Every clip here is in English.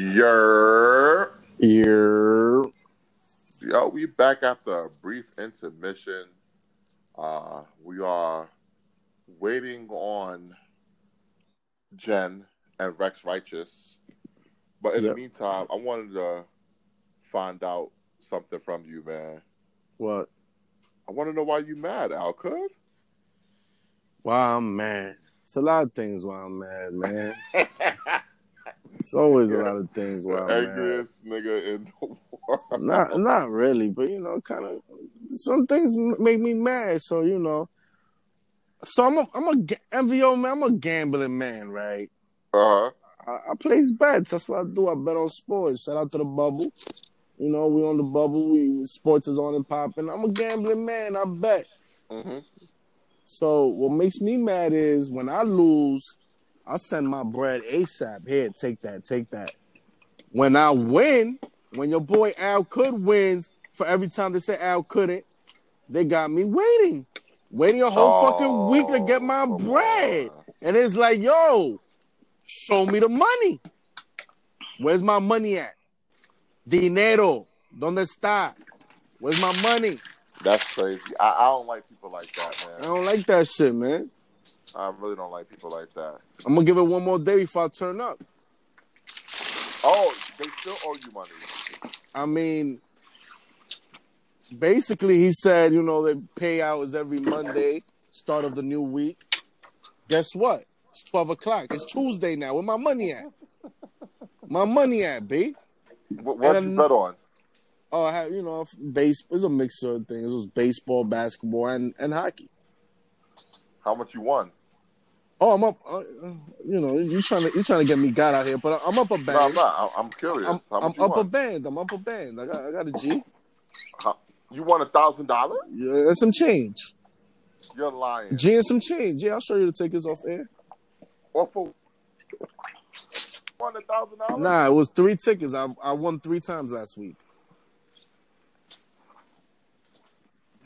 Yer. You're Yo, we back after a brief intermission. Uh, we are waiting on Jen and Rex Righteous. But in the Yep. meantime, I wanted to find out something from you, man. what? I want to know why you mad, Al Could. Why I'm mad. It's a lot of things why I'm mad, man. It's always a lot of things why the I'm mad. angriest nigga in the world. Not not really, but you know, kind of some things m- make me mad. So you know, so I'm a I'm a ga- MVO man. I'm a gambling man, right? Uh-huh. I, I place bets. That's what I do. I bet on sports. Shout out to the bubble. You know, we on the bubble. We sports is on and popping. I'm a gambling man. I bet. hmm So what makes me mad is when I lose, I send my bread ASAP. Here, take that, take that. When I win, when your boy Al could wins for every time they say Al couldn't, they got me waiting, waiting a whole fucking week to get my Oh, come bread. on. And it's like, yo, show me the money. Where's my money at? Dinero. ¿Dónde está? Where's my money? That's crazy. I, I don't like people like that, I man. don't like that shit, man. I really don't like people like that. I'm gonna give it one more day before I turn up. Oh, they still owe you money. I mean, basically, he said, you know, the payout is every Monday, start of the new week. Guess what? It's 12 o'clock. It's Tuesday now. Where my money at? My money at, B? What what And- you bet on? Oh, I had, you know, base. It's a mixture of things. It was baseball, basketball, and, and hockey. How much you won? Oh, I'm up. Uh, uh, you know, you trying to you trying to get me got out here, but I'm up a band. No, I'm not. I- I'm curious. I'm, How much I'm you up a won? band. I'm up a band. I got I got a G. How- you won a thousand dollars? Yeah, and some change. You're lying. G and some change. Yeah, I'll show you the tickets off air. Or for won a thousand dollars? Nah, it was three tickets. I I won three times last week.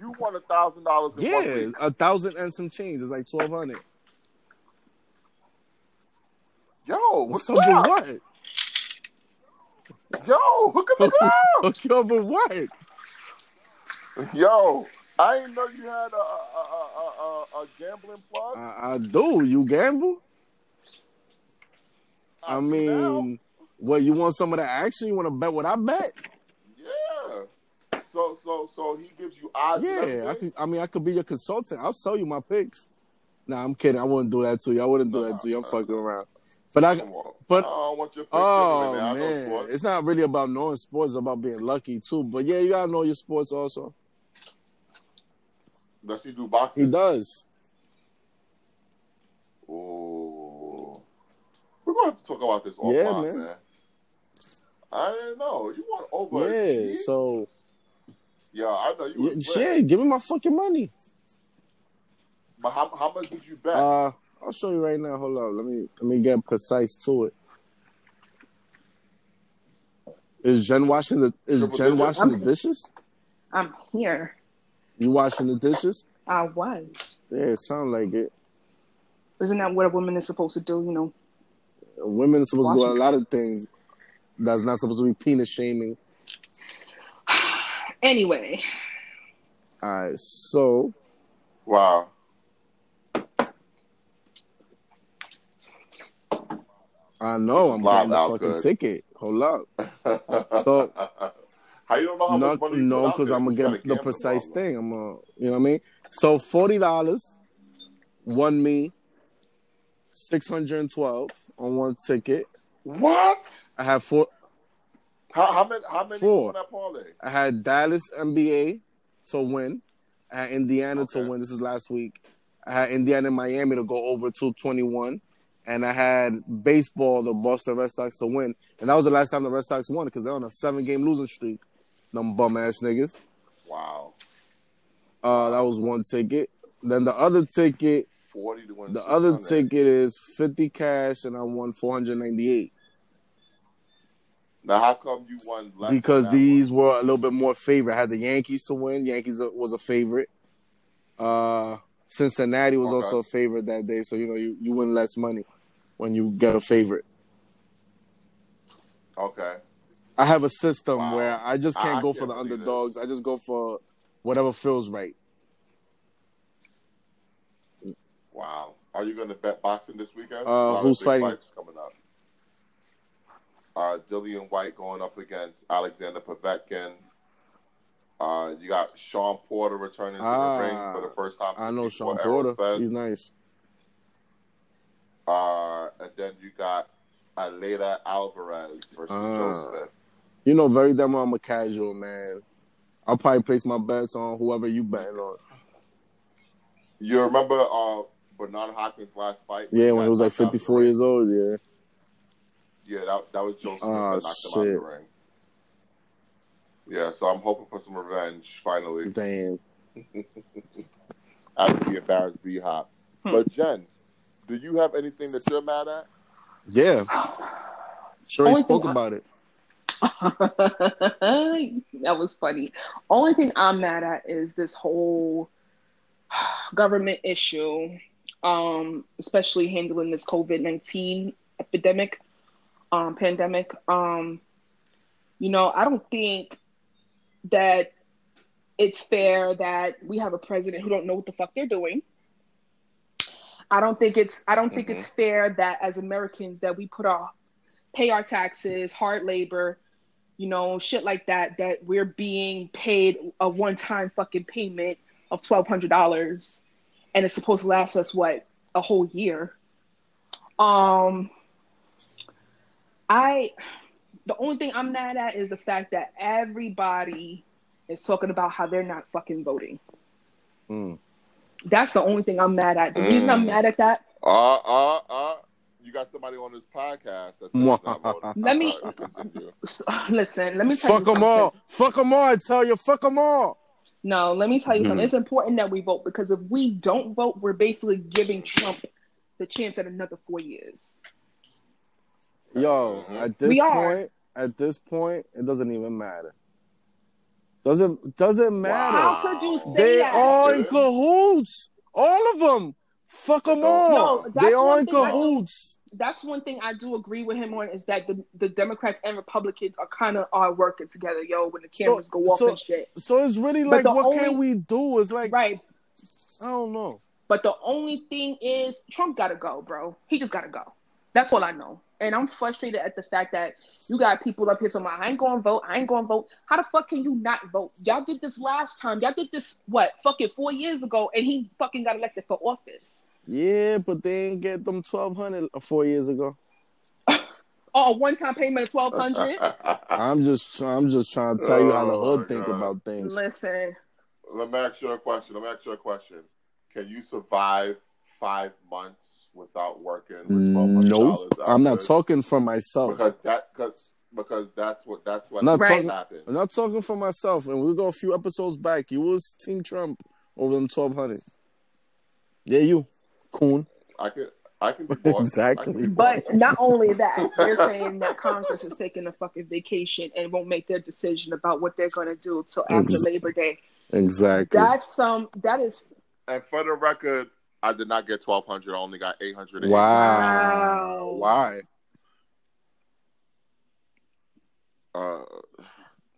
You won a thousand dollars in one Yeah, week. a thousand and some change. It's like twelve hundred. Yo, what's What's up with up? what? Yo, hook up the ground. What's up with what? Yo, I didn't know you had a a, a, a, a gambling plug. I, I do. You gamble? I mean, what you want some of the action? You want to bet what I bet? yeah. So so so he gives you odds. and Yeah, I everything? could. I mean, I could be your consultant. I'll sell you my picks. Nah, I'm kidding. I wouldn't do that to you. I wouldn't do that to you. I'm fucking around. But I. Come on. But- I don't want your face Oh anyway, man. I know man, sports. it's not really about knowing sports. It's about being lucky too. But yeah, you gotta know your sports also. Does he do He boxing? does. Ooh. We're gonna have to talk about this offline, Yeah, man. man. I didn't know. You want over Yeah. a So, So yeah, I know you yeah, was lit. shit, give me my fucking money. But how, how much did you bet? Uh, I'll show you right now. Hold on. Let me let me get precise to it. Is Jen washing the Is Triple Jen digit? washing the dishes? I'm here. You washing the dishes? I was. Yeah, it sound like it. Isn't that what a woman is supposed to do? You know, Women are supposed to do Washing. a lot of things that's not supposed to be penis shaming. Anyway, All right, so Wow. I know I'm Wow, getting the Al fucking Good. ticket. Hold up. so, So- how you don't know how No, much money you no, put out because there? I'm You gonna gotta get the gamble precise on it. thing. I'm gonna, you know what I mean. So forty dollars won me six hundred and twelve on one ticket. What? I had four. How, how many? How many was Four. in that parlay? I had Dallas NBA to win. I had Indiana Okay. to win. This is last week. I had Indiana and Miami to go over two twenty one, and I had baseball the Boston Red Sox to win. And that was the last time the Red Sox won because they're on a seven game losing streak. Them bum ass niggas. Wow. Uh, that was one ticket. Then the other ticket Forty to win. The other 600. ticket is 50 cash and I won 498 Now, how come you won less? than because that these one? were a little bit more favorite. I had the Yankees to win. Yankees was a favorite. Uh Cincinnati was Okay. also a favorite that day, so you know you, you win less money when you get a favorite. Okay. I have a system Wow. where I just can't I go can't for the believe it. underdogs. I just go for whatever feels right. Wow. Are you going to bet boxing this weekend? A Uh, lot of who's big fighting? fights coming up. Uh, Dillian White going up against Alexander Povetkin. Uh, you got Sean Porter returning to Ah, the ring for the first time. I know since Sean before Porter. Errol Spence. He's nice. Uh, and then you got Aleda Alvarez versus Ah. Joe Smith. You know, very damn well I'm a casual man. I'll probably place my bets on whoever you betting on. You remember uh, Bernard Hopkins' last fight? Yeah, when got he was like knocked out in the 54 ring? years old. Yeah. Yeah, that, that was Joe Smith Ah, that knocked him out of the shit. ring. Yeah, so I'm hoping for some revenge finally Damn. after he embarrassed B Hop. Hmm. But Jen, do you have anything that you're mad at? Yeah. Sure, he Only spoke thing I- about it. that was funny. Only thing I'm mad at is this whole government issue, um, especially handling this COVID 19 epidemic, um, pandemic. Um, you know, I don't think that it's fair that we have a president who don't know what the fuck they're doing. I don't think it's I don't think it's fair that as Americans that we put our pay our taxes, hard labor, you know, shit like that, that we're being paid a one time fucking payment of twelve hundred dollars and it's supposed to last us what, a whole year. Um I the only thing I'm mad at is the fact that everybody is talking about how they're not fucking voting. Mm. That's the only thing I'm mad at. The reason I'm Mm. mad at that Uh, uh, uh. You got somebody on this podcast that's not voting. Let me- Uh, continue. so- listen, let me tell Fuck you them something. all. Fuck them all. I tell you, fuck them all. No, let me tell you something. Mhm. It's important that we vote because if we don't vote, we're basically giving Trump the chance at another four years. Yo, Mhm. at this We are. point, at this point, it doesn't even matter. Doesn't doesn't matter. Wow. How could you say Ah, They that? are in Good. cahoots. All of them. Fuck them No, all. that's they are one in thing I- cahoots. That's one thing I do agree with him on is that the, the Democrats and Republicans are kind of are working together, yo. When the So- cameras go off so- and shit, So it's really But like, the what can we only- do? It's like, right? I don't know. But the only thing is, Trump gotta go, bro. He just gotta go. That's all I know. And I'm frustrated at the fact that you got people up here talking about, I ain't going to vote. I ain't going to vote. How the fuck can you not vote? Y'all did this last time. Y'all did this, what, fucking four years ago, and he fucking got elected for office. Yeah, but they ain't get them twelve hundred four years ago. Oh, a one time payment of Uh, 1200 I'm just, I'm just trying to tell you how the Oh, hood my think God. about things. Listen, Let me ask you a question. Let me ask you a question. Can you survive five months without working? With $1,200 Nope, I'm not outfit? talking for myself. because that because because that's what that's what Not happened. talking- I'm not talking for myself. And we'll go a few episodes back. You was Team Trump over them twelve hundred. Yeah, you, coon. I can I can be bought. Exactly. I can be bought. but not only that, they're saying that Congress is taking a fucking vacation and won't make their decision about what they're going to do till after Ex- Labor Day. Exactly. That's some, that is, and for the record, I did not get twelve hundred. I only got eight hundred. Wow. Wow. Why? Uh,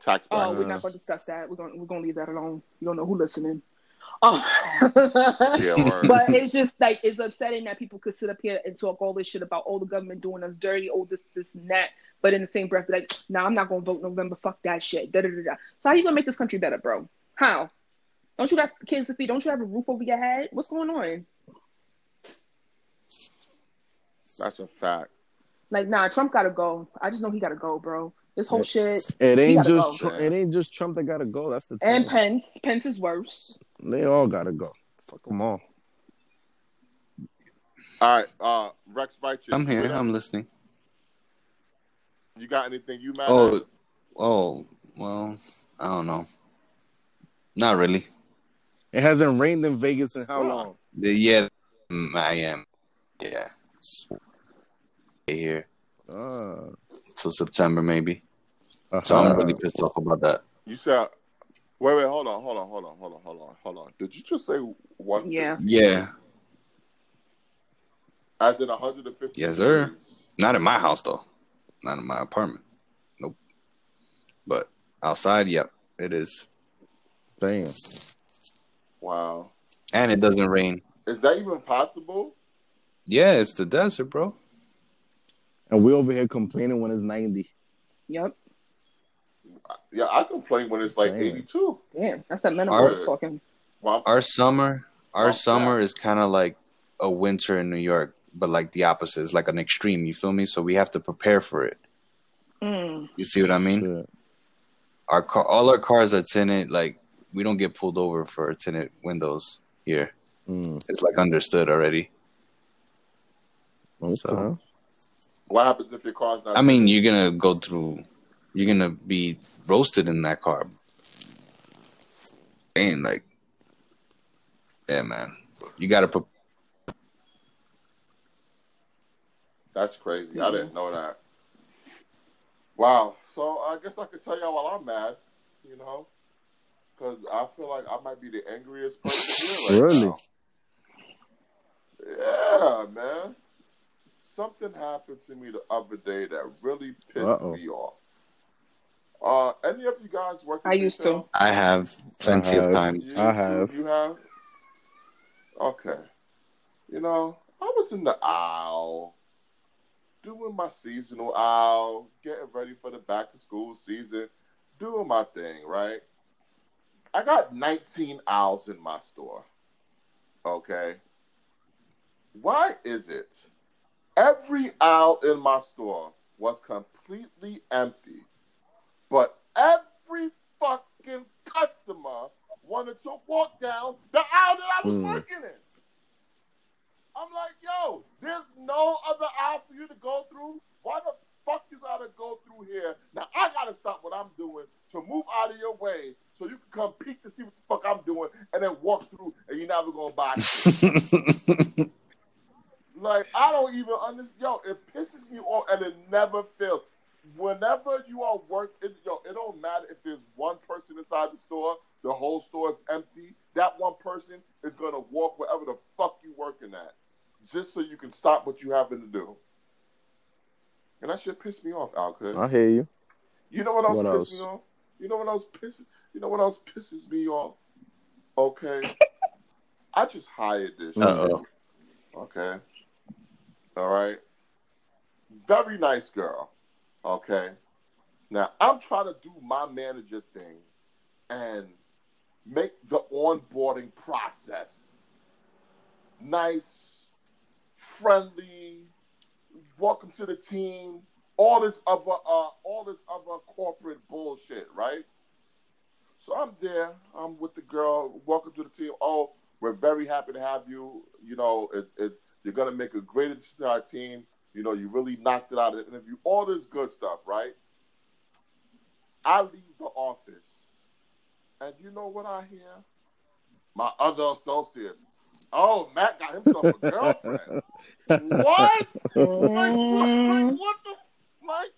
tax Oh, bracket. we're not going to discuss that. We're going we're going to leave that alone. You don't know who listening. Um, yeah, word. but it's just like it's upsetting that people could sit up here and talk all this shit about all the government doing us dirty, all this this and that. But in the same breath, be like, nah, I'm not going to vote November. Fuck that shit. Da, da, da, da. So how you going to make this country better, bro? How? Don't you got kids to feed? Don't you have a roof over your head? What's going on? that's a fact. Like, nah, Trump got to go. I just know he got to go, bro. This whole shit. It He ain't gotta just go. Tru- it ain't just Trump that gotta go. That's the And thing. Pence. Pence is worse. They all gotta go. Fuck them all. All right, uh, Rex Bites. I'm here. I'm listening. You got anything you mad? Oh, at? oh, well, I don't know. Not really. It hasn't rained in Vegas in how Yeah. long? The- Yeah, mm, I am. Yeah. Stay here Uh, till September maybe. So uh-huh. I'm really pissed off about that. You said. Wait, wait, hold on, hold on, hold on, hold on, hold on, hold on. Did you just say one? Yeah. Yeah, As in 150. Yes, sir. degrees? not in my house though. Not in my apartment. Outside, yep, it is. Damn. Wow. And it doesn't rain. Is that even possible? Yeah, it's the desert, bro. And we over here complaining when it's 90. Yep. Yeah, I complain when it's like Damn. 82. Damn. That's that minimum Our- we're talking. Well, Our summer, our Oh, summer is kind of like a winter in New York, but like the opposite. It's like an extreme. You feel me? So we have to prepare for it. Mm. You see what I mean? Shit. Our car, all our cars are tinted. Like we don't get pulled over for tinted windows here. Mm, It's like understood already. okay. So- what happens if your car's not? I mean, you're gonna go through. You're gonna be roasted in that car. And like, yeah, man, you gotta. Pre- That's crazy. I didn't know that. Wow. So I guess I could tell y'all while I'm mad, you know, because I feel like I might be the angriest person here right Really? now. Yeah, man. Something happened to me the other day that really pissed Uh-oh. me off. Uh, any of you guys work? in I used to. retail? I have plenty have- of times. You, I have. You have? Okay. You know, I was in the aisle, doing my seasonal aisle, getting ready for the back to school season, doing my thing, right? I got 19 aisles in my store. Okay. Why is it every aisle in my store was completely empty, but every fucking customer wanted to walk down the aisle that I was Mm. working in. I'm like, yo, there's no other aisle for you to go through. Why the fuck you gotta go through here? Now I gotta stop what I'm doing to move out of your way so you can come peek to see what the fuck I'm doing and then walk through and you're never gonna buy. it. Like I don't even understand. Yo, it pisses me off, and it never fails. Whenever you are working, yo, it don't matter if there's one person inside the store. The whole store is empty. That one person is gonna walk wherever the fuck you working at, just so you can stop what you having to do. And that shit pissed me off, Alcud. I hear you. You know what else What pisses else? me off? You know what else pisses? You know what else pisses me off? Okay, I just hired this. shit. Uh-oh. Okay. All right. Very nice girl. Okay. Now I'm trying to do my manager thing and make the onboarding process nice, friendly. Welcome to the team. All this other, uh, all this other corporate bullshit, right? So I'm there. I'm with the girl. Welcome to the team. Oh, we're very happy to have you. You know, it, it, you're gonna make a great addition to our team. You know, you really knocked it out of the interview. All this good stuff, right? I leave the office, and you know what I hear? My other associates. Oh, Matt got himself a girlfriend. what? Like, what, like, Mm-hmm. Mm. what the? Like,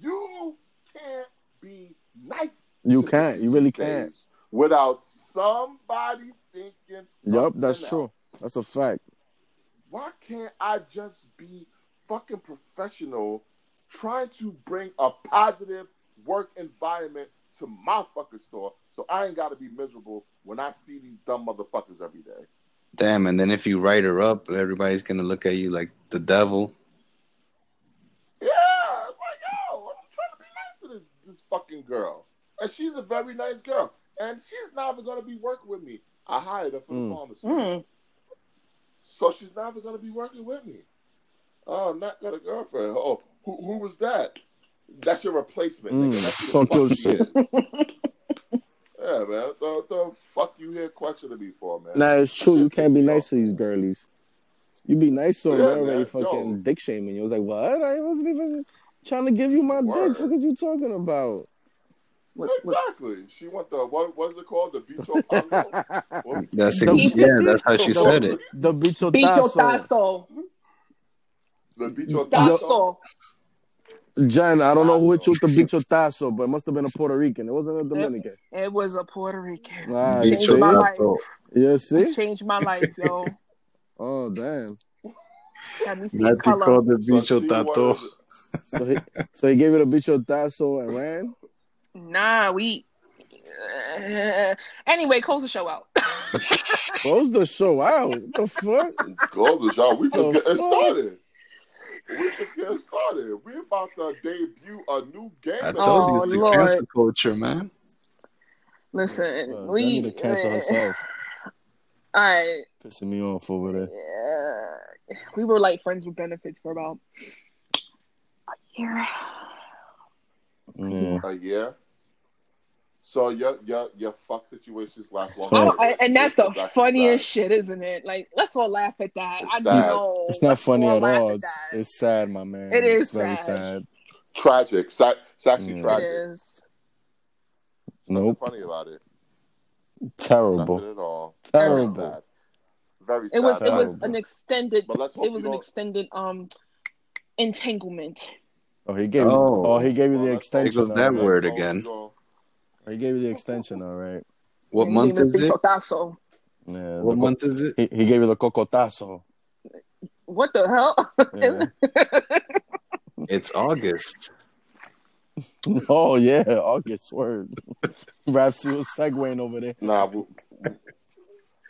you can't be nice. You to can't. You really these can't. things Without somebody thinking. Yup, something that's else. true. That's a fact. Why can't I just be fucking professional trying to bring a positive work environment to my fucking store so I ain't gotta be miserable when I see these dumb motherfuckers every day? Damn, and then if you write her up, everybody's gonna look at you like the devil. Yeah, it's like, yo, I'm trying to be nice to this this fucking girl, and she's a very nice girl, and she's not even gonna be working with me. I hired her for Mm. the pharmacy, Mm. so she's not even gonna be working with me. Oh, I'm not got a girlfriend. Oh, who who was that? That's your replacement. Mm, nigga. That's fuck your shit. yeah, man. The, the fuck you here questioning me for, man? Nah, it's true. You can't be nice to these girlies. You be nice to them, Yeah, they're already man, fucking yo. dick shaming. You was like, what? I wasn't even trying to give you my Word. dick. What is you talking about? What, what's, exactly. She went the what? What is it called? The bicho pango. What- That's The- yeah, that's how she the- said it. the bicho Bicho tazo. tazo. The bicho tazo. Tazo. Jen, I don't know who hit Tazo. you with the bicho tazo, but it must have been a Puerto Rican. It wasn't a Dominican. It was a Puerto Rican. Nah, you Changed see? my life. You see? Changed my life, yo. Oh, damn. Got me see color. the So she wanted- So he, so he gave it a bicho tazo and ran? Nah, we. uh, anyway, close the show out. Close the show out. What the fuck? Close the show. We just Oh, getting fuck. started. We just getting started. We about to debut a new game. I Oh, told you it's the Lord. cancel culture, man. Listen, Bro, we. uh, Jenny to cancel herself. All right. Pissing me off over there. Yeah. We were like friends with benefits for about a year. Yeah. a year. Uh, So your your your fuck situations last long. Oh, I don't, I- and that's the It's actually funniest sad. shit, isn't it? Like, let's all laugh at that. It's I sad. know. It's not Let's funny all at laugh all. It's, that. it's sad, my man. It is it's very sad. sad. Tragic. Sa- it's actually Yeah. Mm. It tragic. It is. Nothing Nope. funny about it. Terrible. Nothing at all. Very Terrible. sad. Very It was. sad. It was Terrible. an extended. But let's hope It was you an don't- extended um entanglement. Oh, he gave. Oh. Oh, he gave you Well, the let's hope- extension. It goes that all right. word. let's hope again. you don't- He gave you the extension. All right. What month is it? Cocotazo. Yeah. the co- What month is it? He, he gave you the cocotazo. What the hell? Yeah. It's August. oh yeah, August word. Raps was segueing over there. Nah, we,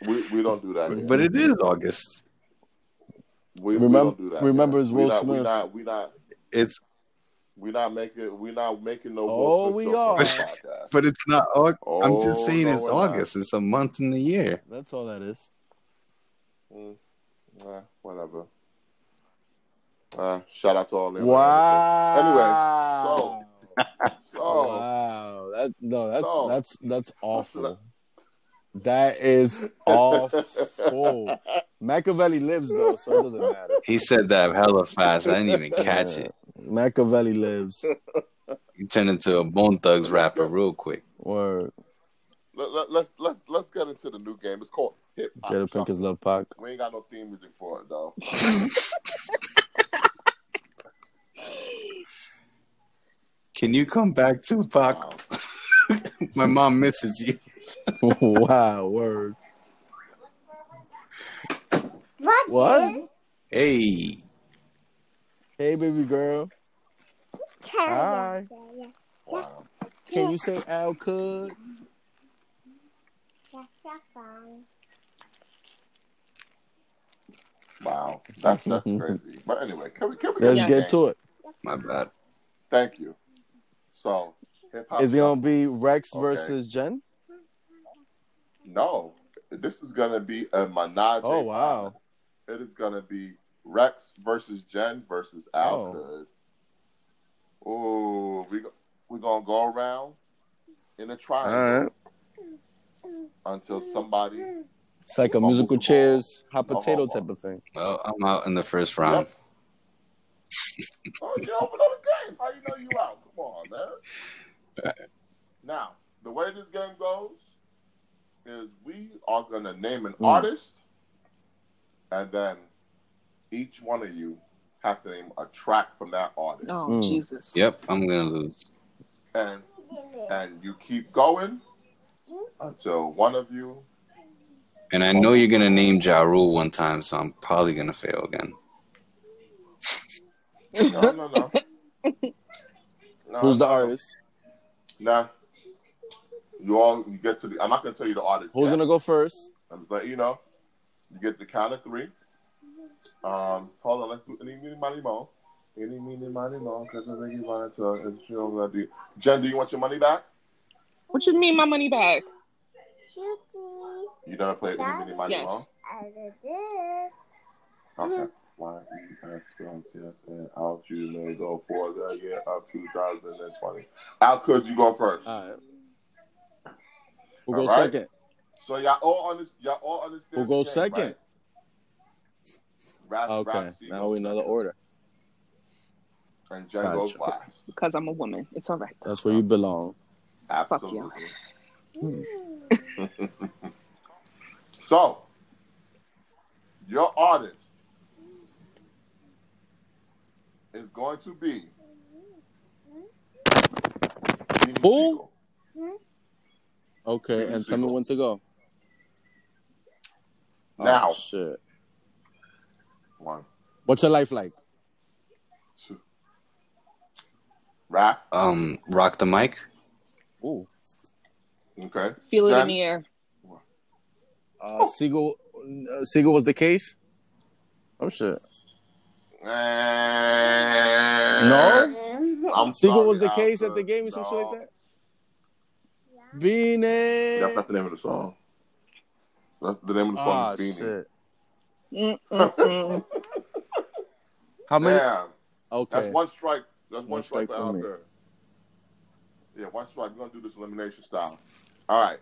we we don't do that. Here. But it is August. we, we Remember- don't do that. remember here. it's We Will not, We Smith. not we not It's we not making we not making no. Will Oh, Smith we jokes on are. this podcast. but it's not August. I'm Oh, just saying no, it's we're not. August. It's a month in the year. That's all that is. Mm, nah, whatever. Uh, shout out to all them. Wow. Anyway, So, wow. That no, that's So- that's that's awful. That is awful. Machiavelli lives though, so it doesn't matter. He said that hella fast. I didn't even catch Yeah. it. Machiavelli lives. He turned into a Bone Thugs rapper real quick. Word. let, let, let's let's let's get into the new game. It's called Hip Hop Jada Pinkett's Shuffle. Love Pac. We ain't got no theme music for it though. Can you come back, Tupac? Wow. My mom misses you. wow, word. What? What? is Hey, Hey baby girl. Hi. California? Wow. Can you say Al could? Wow. That's that's crazy. But anyway, can we can we Let's get, get to it. my bad. Thank you. So hip hop Is it gonna be Rex Ah, Okay. versus Jen? No. This is gonna be a menage. Oh wow. It is gonna be Rex versus Jen versus Oh. Al Hood. Ooh, we go- we gonna go around in a triangle Alright. until somebody. Hmm. It's like a Fumbles musical the ball. chairs, hot No potato homo. type of thing. Well, I'm out in the first round. Oh, you open up a game. How you know you out? Come on, man. Now, the way this game goes is we are gonna name an Hmm. artist, and then each one of you have to name a track from that artist, Oh Mm. Jesus. Yep, I'm gonna lose. and and you keep going until one of you And I Oh. know you're gonna name Ja Rule one time, so I'm probably gonna fail again. No, no, no. no Who's the no. artist? Nah. You all you get to the I'm not gonna tell you the artist. Who's yet. gonna go first? I'm just letting you know. You get the count of three. Um hold on, let's do any meeny money mo. Any meeny money mo, because I think you want to it's true I'm gonna do Jen, do you want your money back? What you mean my money back? You never played any meeny money Yes. mo? Okay. Y E S N C S N out you may go for the year of two thousand and twenty. Al could you go first? Alright. Who goes Alright. second? So y'all all under, y'all all understand. Who goes the game, second? Right? Rap, Okay. rap, Now we know the order. And Jen goes Gotcha. last. Because I'm a woman. It's all right. That's where you belong. Absolutely. What? So your artist is going to be Steven Who? Seagal. Okay, Mhm. and tell me when to go. Oh, Now. shit. One, What's your life like? two. Rap, Um, rock the mic. Ooh. Okay. Feel it Jen? in the air. Uh, Siegel, uh, Siegel was the case. Oh shit! No. I'm Siegel sorry, was the I case at could- the game or some shit no. like that. Beanie. That's not the name of the song. That's the name of the Ah song is Beanie. shit! Mm, mm, mm. How many? Damn. That's okay. one strike. That's one, One strike, strike for for me. Alvin. Yeah, one strike. We're gonna do this elimination style. All right.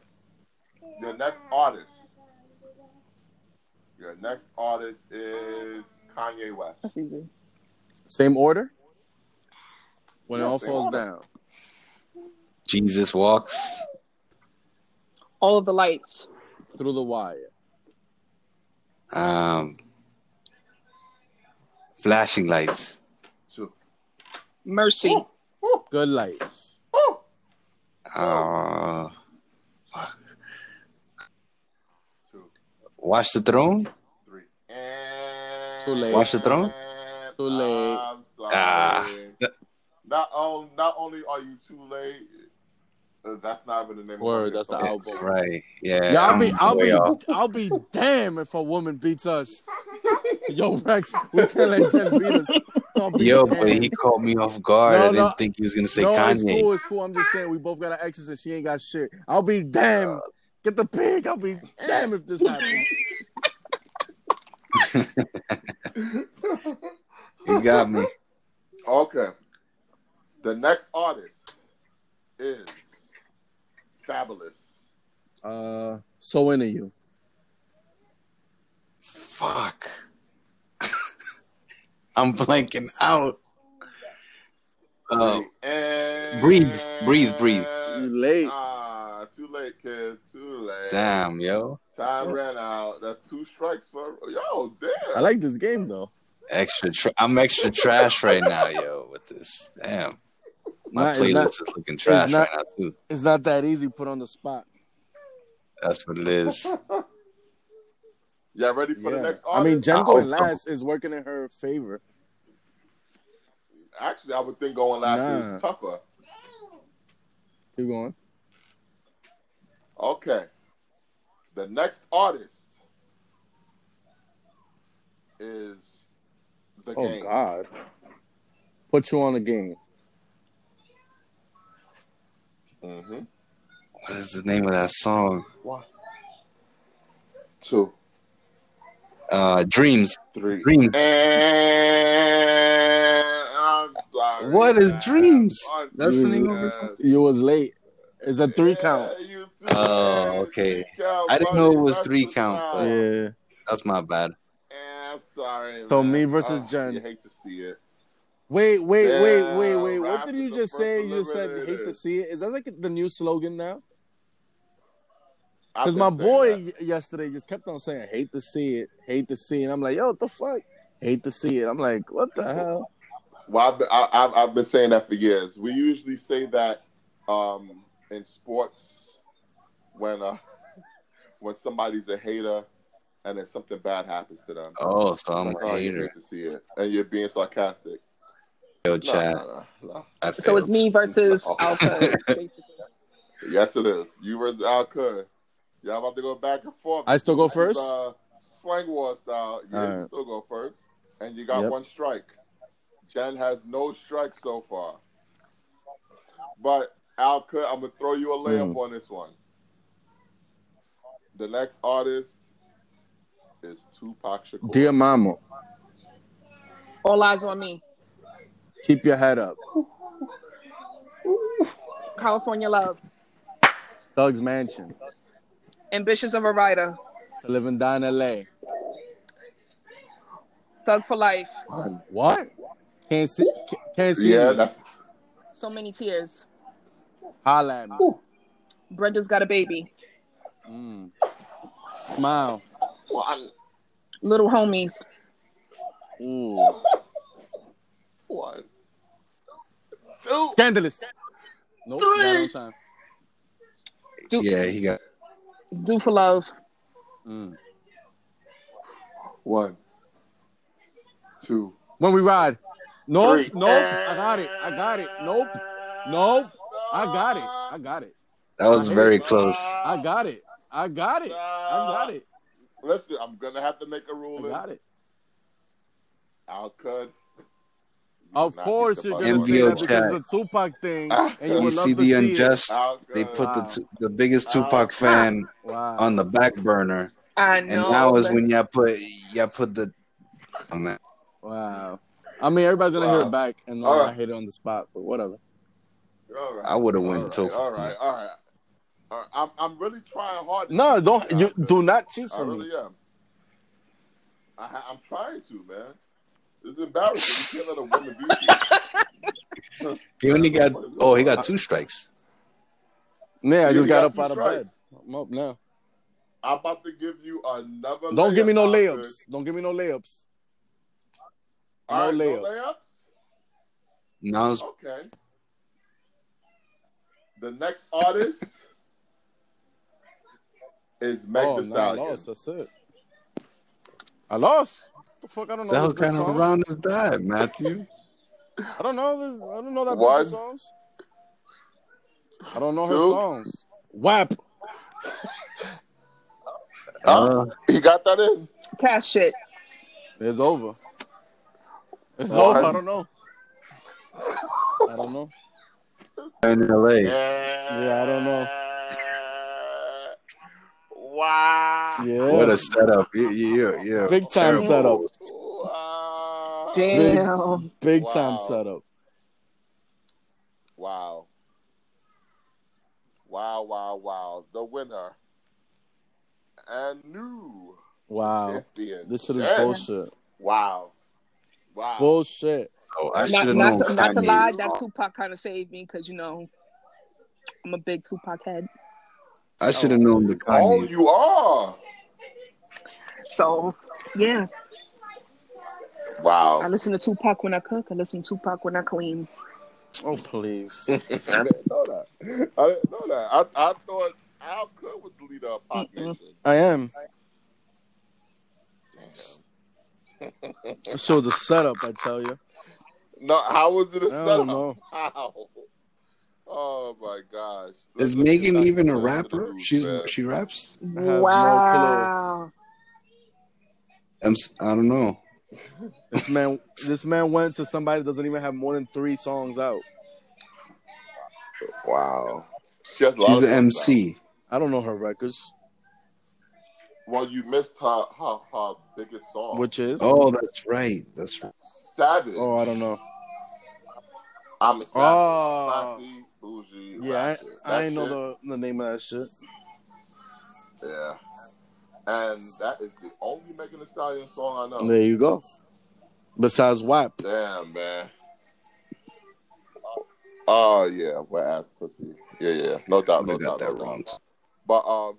Your next artist. Your next artist is Kanye West. That's easy. Same order. When Yeah, it all same falls order. down. Jesus walks. All of the lights. through the wire. Um, flashing lights. Two. Mercy. Oh, Good life. Uh, Two. Watch the throne. Three. And Too late. Watch the throne? Too late. I'm sorry. Ah. Not, on, not only are you too late, uh, that's not even the name Word, of that's the song. album. Right. Yeah. Yeah, I'll be, I'm I'll way be, off. I'll be damn if a woman beats us. Yo, Rex, we can't let Jen beat us. I'll be Yo, damn. but he caught me off guard. No, I didn't no. think he was gonna say no, it's Kanye. cool, it's cool. I'm just saying we both got our exes and she ain't got shit. I'll be damn. Get the pig. I'll be damn if this happens. You got me. Okay. The next artist is Fabulous. Uh, so into you. Fuck. I'm blanking out. Uh, And- breathe, breathe, breathe. You late. Ah, too late, kid. Too late. damn, yo. Time ran out. That's two strikes for yo. Damn. I like this game though. Extra. Tra- I'm extra trash right now, yo. With this, damn. My Nah, it's playlist not- is looking trash not- right now too. It's not that easy. Put on the spot. That's what it is. Y'all ready for the Yeah. next I artist? mean, Jen I going hope so. last is working in her favor. actually, I would think going last Nah. is tougher. Keep going. Okay. The next artist is the Oh game. God. Put you on the game. Mm-hmm. What is the name of that song? One, two, Uh, Dreams. three. Dreams. And I'm sorry. What is guys. dreams? I'm That's the name of the song. serious. You was late. It's a three count. Yeah, you too Oh, bad. okay. Three count, I didn't know it buddy. was That's three the count, time. but- Yeah. That's my bad. Eh, I'm sorry. So man. me versus Ugh, Jen. You hate to see it. Wait, wait, Yeah, wait, wait, wait. rap What did is you the just first say? You said eliminated. hate to see it. Is that like the new slogan now? I've Because been my saying boy that. y- yesterday just kept on saying hate to see it, hate to see it. And I'm like, yo, what the fuck? Hate to see it. I'm like, what the hell? Well, I've been, I, I've, I've been saying that for years. We usually say that um, in sports when uh, when somebody's a hater and then something bad happens to them. Oh, so I'm Like, a oh, you hater. hate to see it, and you're being sarcastic. Yo, No, chat. no, no, no. I So it's failed. me versus Oh. Alpha, basically. Yes, it is. You versus Al Kun. Y'all about to go back and forth. I still go This is, first? Uh, slang war style. Yeah, you Alright. still go first. And you got Yep. one strike. Jen has no strikes so far. But Al Kun, I'm going to throw you a Hmm. layup on this one. The next artist is Tupac Shakur. Dear mama, All eyes on me. keep your head up. California love. Thug's Mansion. Ambitious of a rider. To live and die in LA. Thug for life. One. What? Can't see ca- can't see Yeah, me. that's So many tears. Holla at me. Brenda's got a baby. Mm. Smile. one. Little homies. Ooh. One. Two. Scandalous. Nope, not on time. Do, Yeah, he got. do for love. Mm. One. Two. When we ride. Nope, Three. Uh, nope. I got it. I got it. Nope. Nope. I got it. I got it. That was I very hate it. close. I got it. I got it. I got it. Listen, I'm gonna have to make a I ruling. got it. Al could. Of course, you're gonna say NBO that because chat. it's a Tupac thing, Ah. and you you would love see to the see it. Ah, unjust. They Alcud. put the Wow. Ah, tu- the biggest Wow. Tupac fan Wow. on the back burner, I and know. now is but- when y'all put y'all put the. Oh, man. Wow. I mean, everybody's gonna hear Wow. it back, and All uh, right. I hit it on the spot, but whatever. All right. I would have All went right. to. All right. All right. All right. I'm I'm really trying hard. to No, cheat, don't you Alcud. do not cheat I for me. really am. I, ha- I'm trying to, man. This is embarrassing. You can't let a woman beat you. He only got. Oh, he got two strikes. Yeah, I You just got got up two out of bed. strikes. I'm up now. I'm about to give you another. Don't give me no layup, Alcud. layups. Don't give me no layups. All right, No no layups. Now it's layups. Okay. The next artist is Meg oh, Thee no, I Stallion. lost. That's it. I lost. The fuck, I don't the know hell this bitch kind of songs. round is that, Matthew? I don't know this. I don't know that One. bitch's songs. I don't know her Two. songs. Whap. Uh, He got that in. Cash it. It's over. It's One. over. I don't know. I don't know. Uh, in L.A. Yeah, I don't know. Wow. Yeah. What a setup! You, you, you, you're Big time terrible. setup. Wow. Damn. Big Wow. time setup. Wow. Wow, wow, wow. The winner and new Wow. champion. This shit is Jen. bullshit. Wow. Wow. Bullshit. Oh, I should Not have not known to, not to Kanye. lie, that Tupac kind of saved me because you know I'm a big Tupac head. I should have known the oh, Kanye. you are. So yeah, I Wow. listen to Tupac when I cook. I listen to Tupac when I clean. Oh please. I didn't know that. I didn't know that. I, I thought Al Cook was the leader of Pop Mm-mm. Nation. I am. Damn. That shit was a setup, I tell you. No, how was it a I setup? don't know. How? Oh my gosh! Let's Is get Megan back even into a the- into the rapper? news, She's man. she raps. I have no Wow. I'm, s- I don't know. This man this man went to somebody that doesn't even have more than three songs out. Wow, she has a lot She's of an songs out. MC. I don't know her records. Well, you missed her her, her biggest song, Which is Oh, that's right. That's right. "Savage." Oh, I don't know. I'm a savage, Oh. classy, bougie, Yeah, ratchet. That I, I ain't shit, know the, the name of that shit. yeah. And that is the only Megan Thee Stallion song I know. There you go. Besides WAP. Damn, man. Oh yeah, wet ass pussy. Yeah, yeah, no doubt, Would no doubt, have got no that doubt. wrong. But um,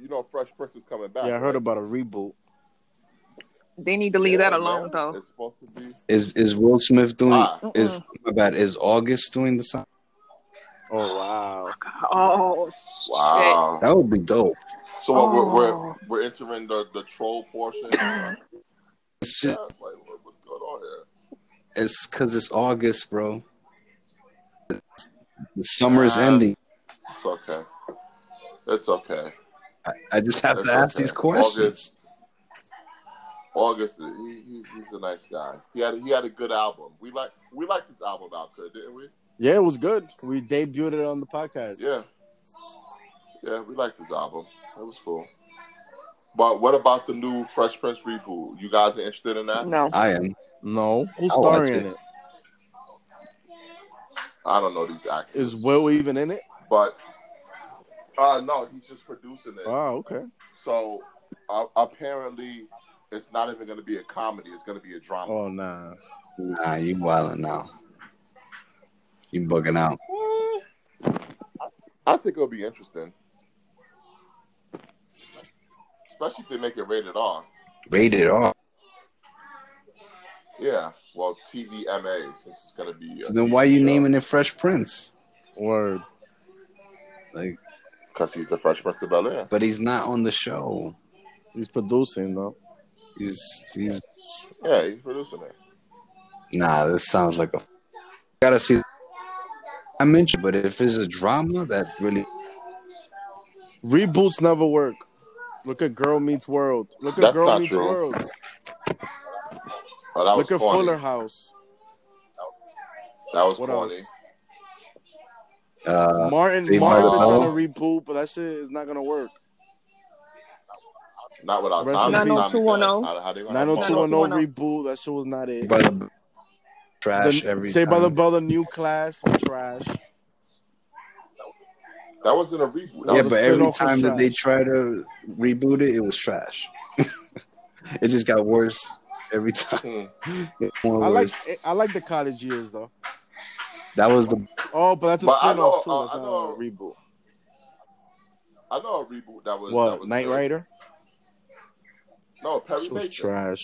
you know, Fresh Prince is coming back. Yeah, I heard right? about a reboot. They need to leave that Yeah, alone man. though. It's supposed to be. Is is Will Smith doing? Ah, Is Mm-mm. my bad? Is August doing the song? Oh wow. Oh shit. wow. That would be dope. So what, we're, we're Oh. we're entering the the troll portion. yeah, It's it's like just what, what's going on here? it's because it's August, bro. The summer is Nah. ending. It's okay. It's okay. I, I just have It's to ask okay. these August. questions. August, he, he, he's a nice guy. He had he had a good album. We like we liked this album out good, didn't we? Yeah, it was good. We debuted it on the podcast. Yeah, yeah, we liked this album. It was cool. But what about the new Fresh Prince reboot? You guys are interested in that? No. I am. No. Who's I'll watch starring in it. it? I don't know these actors, Is Will even in it? but uh no, he's just producing it. Oh, okay. So uh, apparently, it's not even going to be a comedy. It's going to be a drama. Oh nah. Nah, you wilding now. You bugging out. I think it'll be interesting, especially if they make it rated R. Rated R. Yeah, well, TVMA since it's going to be. uh, So then why you naming it Fresh Prince? Word. Like, Because he's the Fresh Prince of Bel Air. but he's not on the show. He's producing though. He's he's Yeah, he's producing it. nah. This sounds like a. Gotta see. I'm interested, but if it's a drama that really Reboots never work. Look at Girl Meets World. Look at That's Girl not Meets true. World. Oh, that was Look at corny. Fuller House. That was What corny. else? uh Martin They Martin Might been Know. trying to reboot, but that shit is not gonna work. Not without Rest Tommy. in peace. Tommy gun. 90210. How- how they gonna have Tommy? 90210 reboot. That shit was not it. by the trash The- every Saved by the time. Bell, the new class, trash. That wasn't a reboot. That yeah, was but every spin-off was time that they trash. try to reboot it, it was trash. it just got worse every time. Hmm. It got more I like worse. I like the college years though. that was the Oh, but that's a But I spin off too. know, uh, That's I not know- a reboot. I know a reboot that was that What? was Knight good. Rider? No, Perry She was Mason. trash.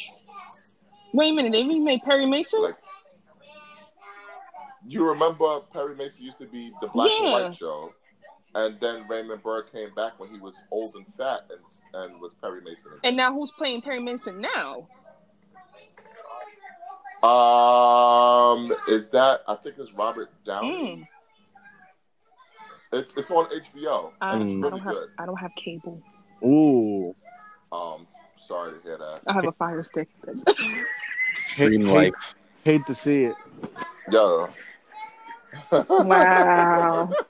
Wait a minute, they remade Perry Mason? Like you remember, Perry Mason used to be the black and Yeah. white show, and then Raymond Burr came back when he was old and fat and and was Perry Mason. and now who's playing Perry Mason now? Um, is that I think it's Robert Downey. Mm, It's it's on HBO. I, and it's I really don't have good. I don't have cable. Ooh. Um, sorry to hear that. I have a fire stick. Hate, dream hate, life. hate to see it. Yo. wow.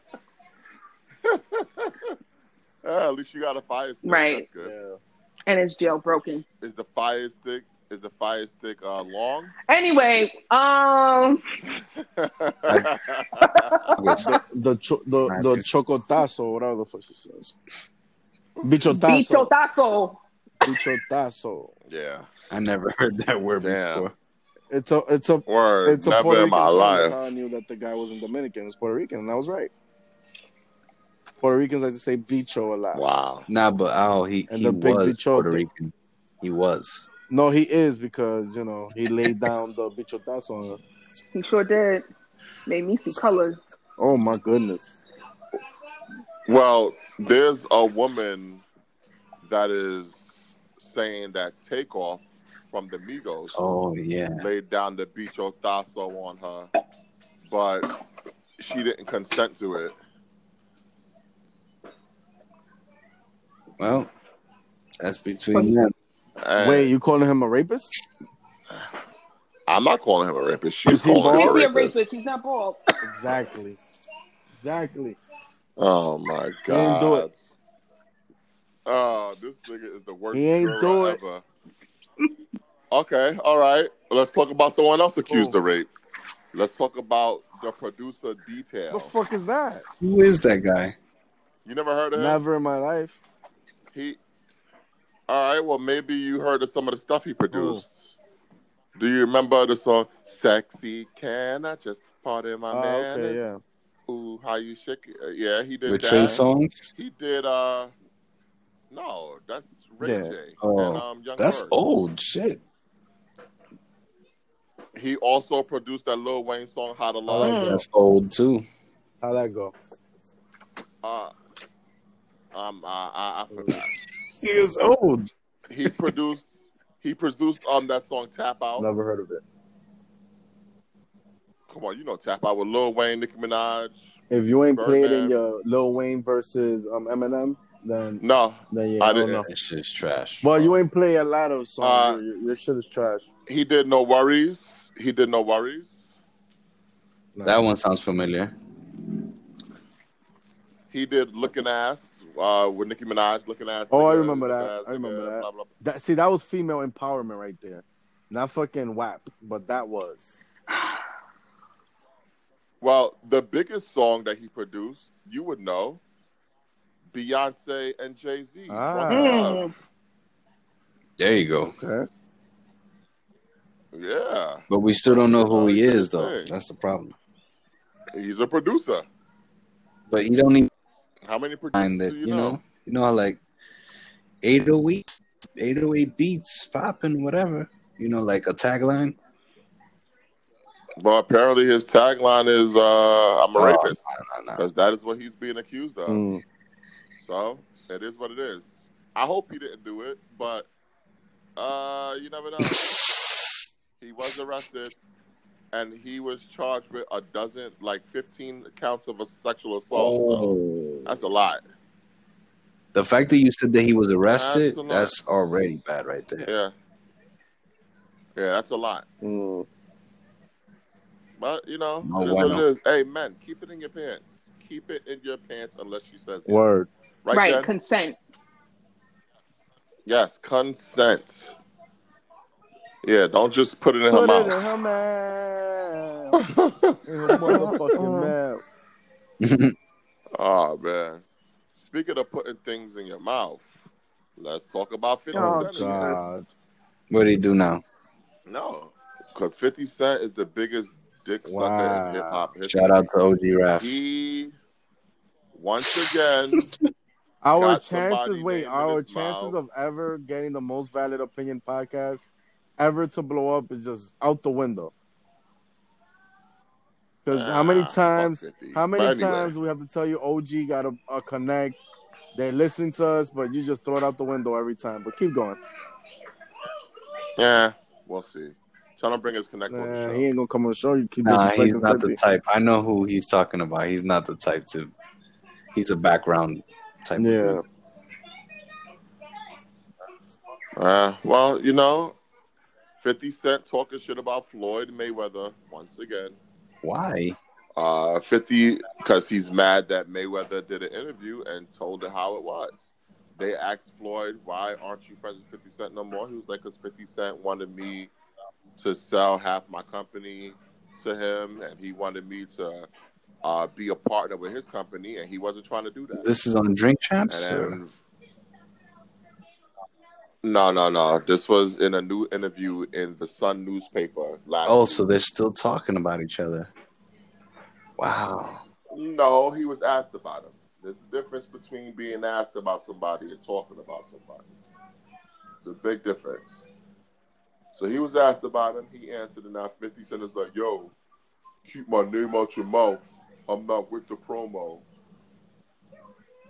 Yeah, at least you got a fire stick. Right. That's good. And it's jailbroken. Is the fire stick is the fire stick uh, long? Anyway, um The the cho- the, Nice. the chocotazo, whatever the fuck she says. Bichotazo. Bichotazo. Bichotazo. yeah. I never heard that word Damn. before. It's a it's a Word. it's a never Puerto in Rican my song life. that's how I knew that the guy wasn't Dominican. It's Puerto Rican, and I was right. Puerto Ricans like to say bicho a lot. Wow. Nah, but oh, he And he the big was bichote. Puerto Rican. He was. No, he is because you know he laid down the bichotazo on her. He sure did. Made me see colors. Oh my goodness! Well, there's a woman that is saying that takeoff from the Migos Oh yeah. laid down the bicho tasso on her, but she didn't consent to it. Well, that's between them. And Wait, you calling him a rapist? I'm not calling him a rapist. She's Is he calling bald? him Can't a be a rapist. rapist. He's not bald. Exactly, exactly. Oh my He ain't god. do it. Oh, this nigga is the worst He ain't juror do it. ever. okay, all right. Let's talk about someone else accused Who? of rape. Let's talk about the producer detail. What the fuck is that? Who is that guy? You never heard of him? Never in my life. He. All right. Well, maybe you heard of some of the stuff he produced. Do you remember the song "Sexy"? Can I just pardon my Oh, man? okay, yeah. Ooh, how you shake it? Uh, Yeah, he did With that. Trey Songs? He did. uh No, that's Ray Yeah. J Oh, and um, Young That's Thug. old shit. He also produced that Lil Wayne song "How to Love." like Girl. That's old too. How that go? Uh, um, I, I, I forgot. He is old. he produced. He produced um that song "Tap Out." Never heard of it. Come on, you know "Tap Out" with Lil Wayne, Nicki Minaj. If you ain't played Birdman. in your Lil Wayne versus um Eminem, then No, then yeah, I I, don't didn't- know. That shit's trash. Well, you ain't play a lot of songs. Uh, your, your- your shit is trash. He did no worries. He did no worries. No. that one sounds familiar. He did looking ass uh, with Nicki Minaj. Looking ass. Oh, I nigga, remember looking that. ass I remember nigga, that. Blah, blah, blah. That see, that was female empowerment right there. Not fucking WAP, but that was. Well, the biggest song that he produced, you would know, Beyonce and uh, Jay Z. Ah. Mm. There you go. Okay. Yeah, But we still don't know who he is though. That's the problem. he's a producer. But you don't even How many producers find that do you know you know how like 808 808 beats popping whatever. You know, like a tagline. Well, apparently his tagline is uh, "I'm a Oh, rapist," no, no, no. because that is what he's being accused of. Mm. So it is what it is. I hope he didn't do it, but uh, you never know. He was arrested. and he was charged with a dozen, like fifteen counts of a sexual assault. So Oh, that's a lot. the fact that you said that he was arrested, That's a lot. that's already bad right there. Yeah, yeah, that's a lot. Mm. But you know, No, it is why what not? it is. Hey, men, keep it in your pants. Keep it in your pants unless she says it. Word. Right. right, Jen? consent. yes, consent. Yeah, don't just put it in her Put it in mouth. her mouth. Mm. In her motherfucking mouth. oh man. Speaking of putting things in your mouth, let's talk about Fifty Oh, Cent. again. Jesus. What do you do now? No, because Fifty Cent is the biggest dick sucker Wow. in hip hop history. Shout out to OG Raf. He once again Our Got somebody chances, wait, named in our his chances mouth. of ever getting the most valid opinion podcast ever to blow up is just out the window. Because how many Ah, fuck times, 50. how many But anyway, times we have to tell you OG got a, a connect? They listen to us, but you just throw it out the window every time. But keep going. Yeah, we'll see. Tell him bring his connect on Nah, the he show. ain't gonna come on the show. You keep Nah, he's disrespecting not the 50. type. I know who he's talking about. He's not the type to. He's a background type. of Yeah. dude. Uh, well, you know, 50 Cent talking shit about Floyd Mayweather once again. Why? Uh, 50, because he's mad that Mayweather did an interview and told it how it was. They asked Floyd, why aren't you friends with 50 Cent no more? He was like, because 50 Cent wanted me to sell half my company to him, and he wanted me to uh, be a partner with his company, and he wasn't trying to do that. This is on Drink Champs. or- And no, no, no. This was in a new interview in the Sun newspaper last. Oh, so they're still talking about each other. Wow. week. no, he was asked about him. There's a difference between being asked about somebody and talking about somebody. It's a big difference. So he was asked about him. He answered, and now Fifty Cent is like, "Yo, keep my name out your mouth. I'm not with the promo."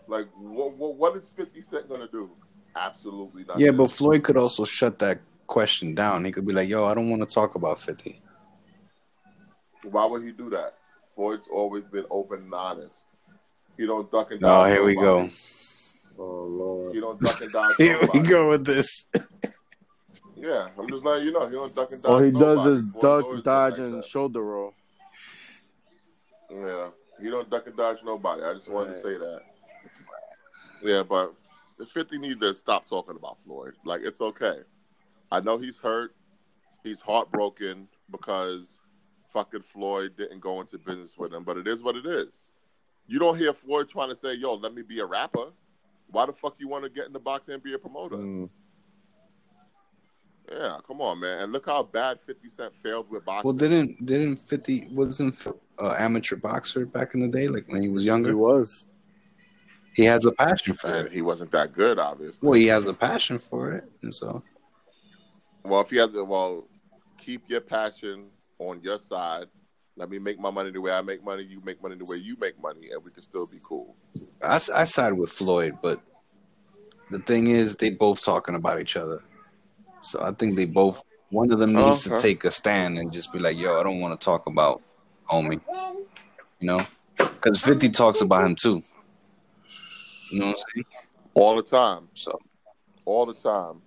Like, what? What, what is Fifty Cent gonna do? Absolutely nothing. Yeah, but Floyd could also shut that question down. He could be like, "Yo, I don't want to talk about 50. Why would he do that? Floyd's always been open and honest. He don't duck and No, dodge. Oh, here we go. nobody. He don't duck and dodge. Here we nobody. go with this. Yeah, I'm just letting you know. He don't duck and dodge. All he does nobody. is Floyd's duck, always been dodge, like and that. shoulder roll. Yeah, he don't duck and dodge nobody. I just wanted to Right. say that. Yeah, but Fifty need to stop talking about Floyd. Like it's okay. I know he's hurt. He's heartbroken because fucking Floyd didn't go into business with him. But it is what it is. You don't hear Floyd trying to say, "Yo, let me be a rapper." Why the fuck you want to get in the box and be a promoter? Mm. Yeah, come on, man. And look how bad Fifty Cent failed with boxing. Well, didn't didn't fifty wasn't uh, amateur boxer back in the day? Like when he was He younger, was. he has a passion for and it. he wasn't that good, obviously. Well, he has a passion for it, and so Well, if you have to, well, keep your passion on your side. Let me make my money the way I make money. You make money the way you make money, and we can still be cool. I, I side with Floyd. But the thing is, they both talking about each other, so I think they both one of them needs to Okay. take a stand and just be like, "Yo, I don't want to talk about homie," you know, because fifty talks about him too. You know what I'm saying? All the time, So all the time.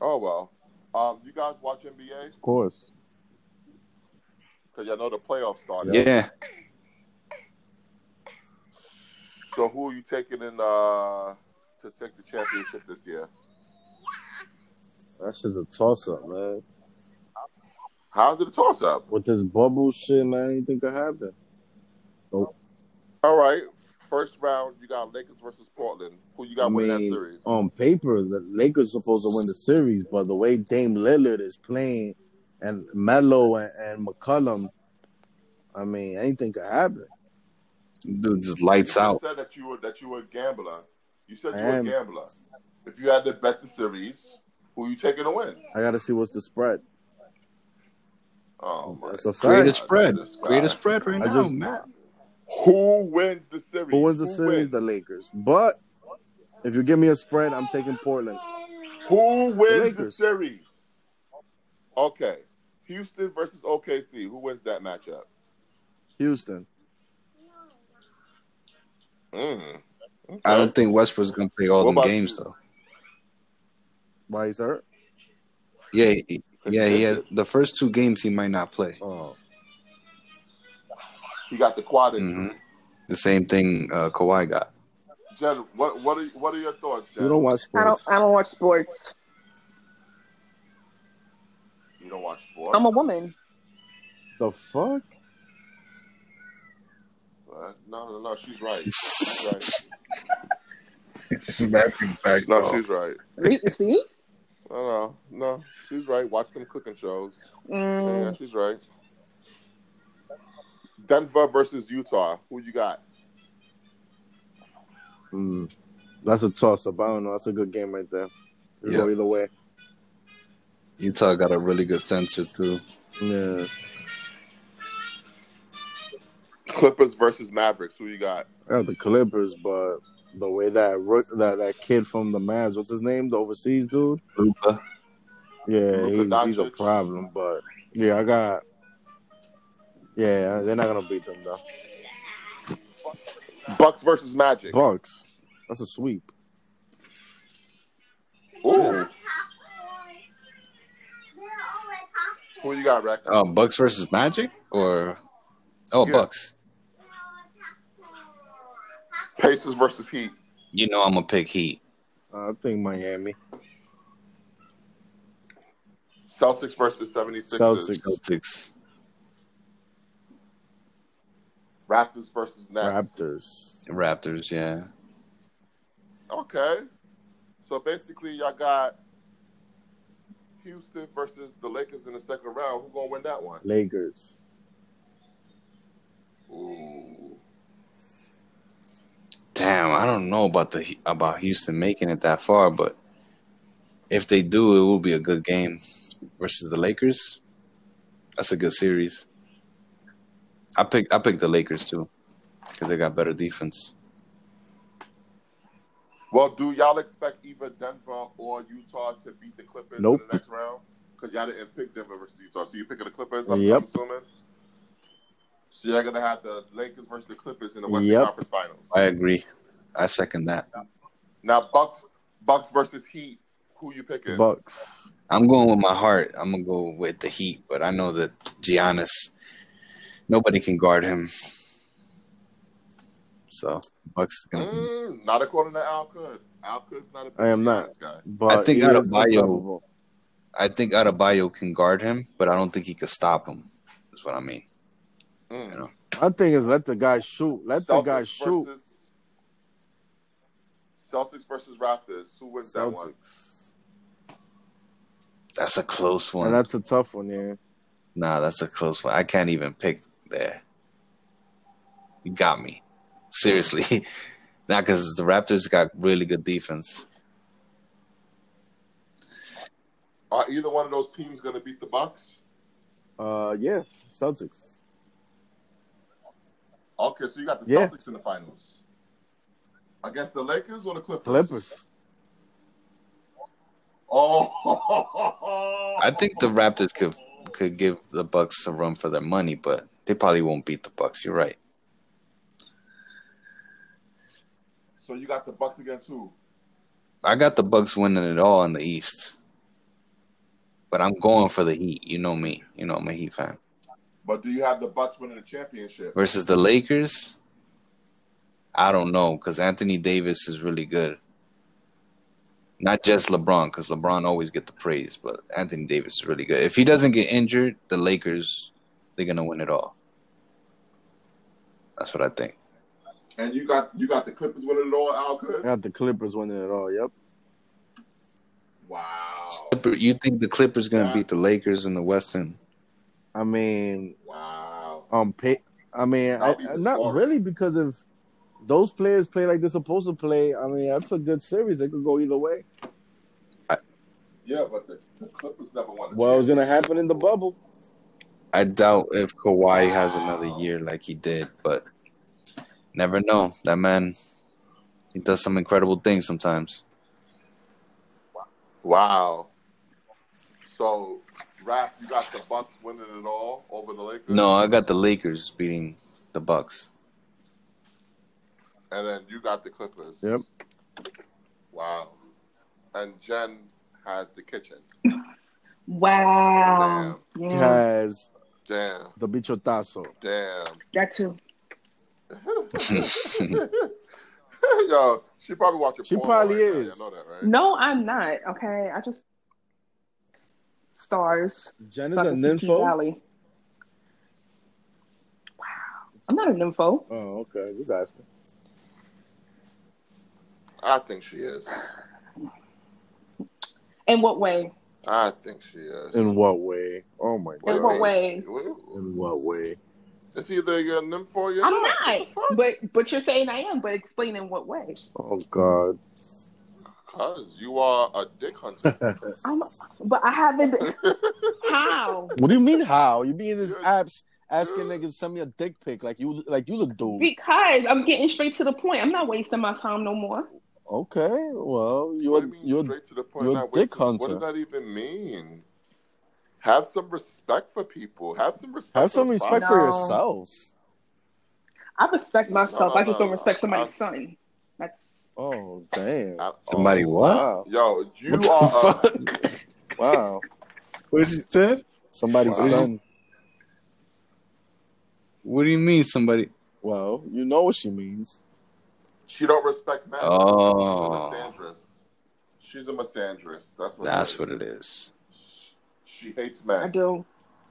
Oh well. Um, you guys watch NBA Of course. because y'all know the playoffs started. yeah, So who are you taking in uh to take the championship this year? That shit's a toss up, man. How's it a toss up? With this bubble shit, man, anything could happen. All right, first round you got Lakers versus Portland. Who you got I winning that mean, series? On paper, the Lakers supposed to win the series, but the way Dame Lillard is playing and Melo and, and McCullum, I mean, anything could happen. dude, just You lights just out. said that you were that you were a gambler. You said you I were a am. gambler. If you had to bet the series, who you taking to win? I gotta see what's the spread. Oh my That's a Create a fact. spread. This guy. Create a spread right I now, just- Matt. Who wins the series? Who wins the series? wins? The Lakers. But if you give me a spread, I'm taking Portland. Who wins the Lakers. series? Okay. Houston versus OKC. Who wins that matchup? Houston. Mm. Okay. I don't think Westbrook's gonna play all What them about games you? though. Why he's hurt? Yeah, he- yeah, he has, the first two games he might not play. Oh, He got the quad injury. Mm-hmm. hmm The same thing uh, Kawhi got. Jen, what what are what are your thoughts, Jen? you don't watch I don't. sports. I don't watch sports. You don't watch sports. I'm a woman. The fuck? Uh, no, no, no. She's right. She's right. back No, she's right. Re- See? No, no, no. She's right. Watch them cooking shows. Yeah, yeah, Mm, she's right. Denver versus Utah. Who you got? Mm. That's a toss up. I don't know. That's a good game right there. You Go either way. Utah got a really good center too. Yeah. Clippers versus Mavericks. Who you got? I got the Clippers, but the way that ro- that that kid from the Mavs, what's his name, the overseas dude? Luka. Yeah, Luka he's, he's a Doncic. problem. But yeah, I got. Yeah, they're not gonna beat them though. Bucks versus Magic. Bucks. That's a sweep. Ooh. Who you got, Rex? Uh, Bucks versus Magic or oh Yeah. Bucks. Pacers versus Heat. You know I'm gonna pick Heat. Uh, I think Miami. Celtics versus 76ers. Celtics. Celtics. Raptors versus Nets. Raptors. Raptors. Yeah. Okay. So basically, y'all got Houston versus the Lakers in the second round. Who gonna win that one? Lakers. Ooh. Damn, I don't know about the about Houston making it that far, but if they do, it will be a good game versus the Lakers. That's a good series. I pick I picked the Lakers too because they got better defense. Well, do y'all expect either Denver or Utah to beat the Clippers Nope. in the next round? Because y'all didn't pick Denver versus Utah, so you picking the Clippers. I'm, Yep. I'm assuming. So you're gonna have the Lakers versus the Clippers in the Western Yep. Conference Finals. I agree. I second that. Now Bucks, Bucks versus Heat. Who you picking? Bucks. I'm going with my heart. I'm gonna go with the Heat, but I know that Giannis, nobody can guard him. So Bucks is gonna. win. Mm, not according to Al Kud. Al Kud's not a big I am Giannis guy. But I think he Adebayo- is unstoppable. I think Adebayo can guard him, but I don't think he could stop him. That's what I mean. Mm. My thing is let the guy shoot. Let the guy Celtics shoot. versus- Celtics versus Raptors. Who wins that one? Celtics. That's a close one. And that's a tough one, yeah. nah, that's a close one. I can't even pick there. You got me. Seriously. nah, because the Raptors got really good defense. Are either one of those teams going to beat the Bucks? Uh, yeah, Celtics. Okay, so you got the Yeah. Celtics in the finals against the Lakers or the Clippers? Clippers. Oh, I think the Raptors could could give the Bucks a run for their money, but they probably won't beat the Bucks. You're right. So you got the Bucks against who? I got the Bucks winning it all in the East, but I'm going for the Heat. You know me. You know I'm a Heat fan. But do you have the Bucks winning the championship? Versus the Lakers, I don't know because Anthony Davis is really good. Not just LeBron, because LeBron always get the praise, but Anthony Davis is really good. If he doesn't get injured, the Lakers they're gonna win it all. That's what I think. And you got you got the Clippers winning it all, Al I Good? got the Clippers winning it all. Yep. Wow. Clipper- You think the Clippers gonna beat the Lakers in the Western? I mean, Wow. um, pay, I mean, I, That'll be I- not historic. really because if those players play like they're supposed to play, I mean, that's a good series. It could go either way. Yeah, but the, the Clippers never won the Well, it's gonna championship. happen in the bubble. I doubt if Kawhi has Wow. another year like he did, but never know. That man, he does some incredible things sometimes. Wow. So Raph, you got the Bucks winning it all over the Lakers. No, I got the Lakers beating the Bucks. And then you got the Clippers. Yep. Wow. And Jen has the kitchen. Wow. Yeah. has Damn. the bichotazo. Damn. That too. Yo, she probably watching. She porn probably right now. is. You know that, right? No, I'm not. Okay. I just stars. Jen is so I a can see P nympho. Valley. Wow. I'm not a nympho. Oh, okay. Just asking. I think she is. In what way? I think she is. In what way? Oh my do you mean? what god. way? In what way? It's either you're a nympho or you're I'm not. not. But but you're saying I am, but explain in what way. Oh god. Cause you are a dick hunter. I'm but I haven't been how? What do you mean? How you be in these these apps apps asking niggas send me a dick pic like you like you look dude? Because I'm getting straight to the point. I'm not wasting my time no more. Okay, well what you're do you mean you're straight to the point? you're not dick wasting- What hunter. does that even mean? Have some respect for people. Have some respect. have for some the respect process. for No. yourself. I respect myself. No, no, I no, just don't no. respect somebody's I- son. That's Oh damn! I- oh, Somebody what? Wow, Yo, you what the are. uh, A, fuck? wow! what you said? Somebody's Wow. son. What do you mean, somebody? Well, you know what she means. she don't respect men. She's a Oh, misandrist. She's a misandrist. That's what. that's what it is. is. She hates I men. do.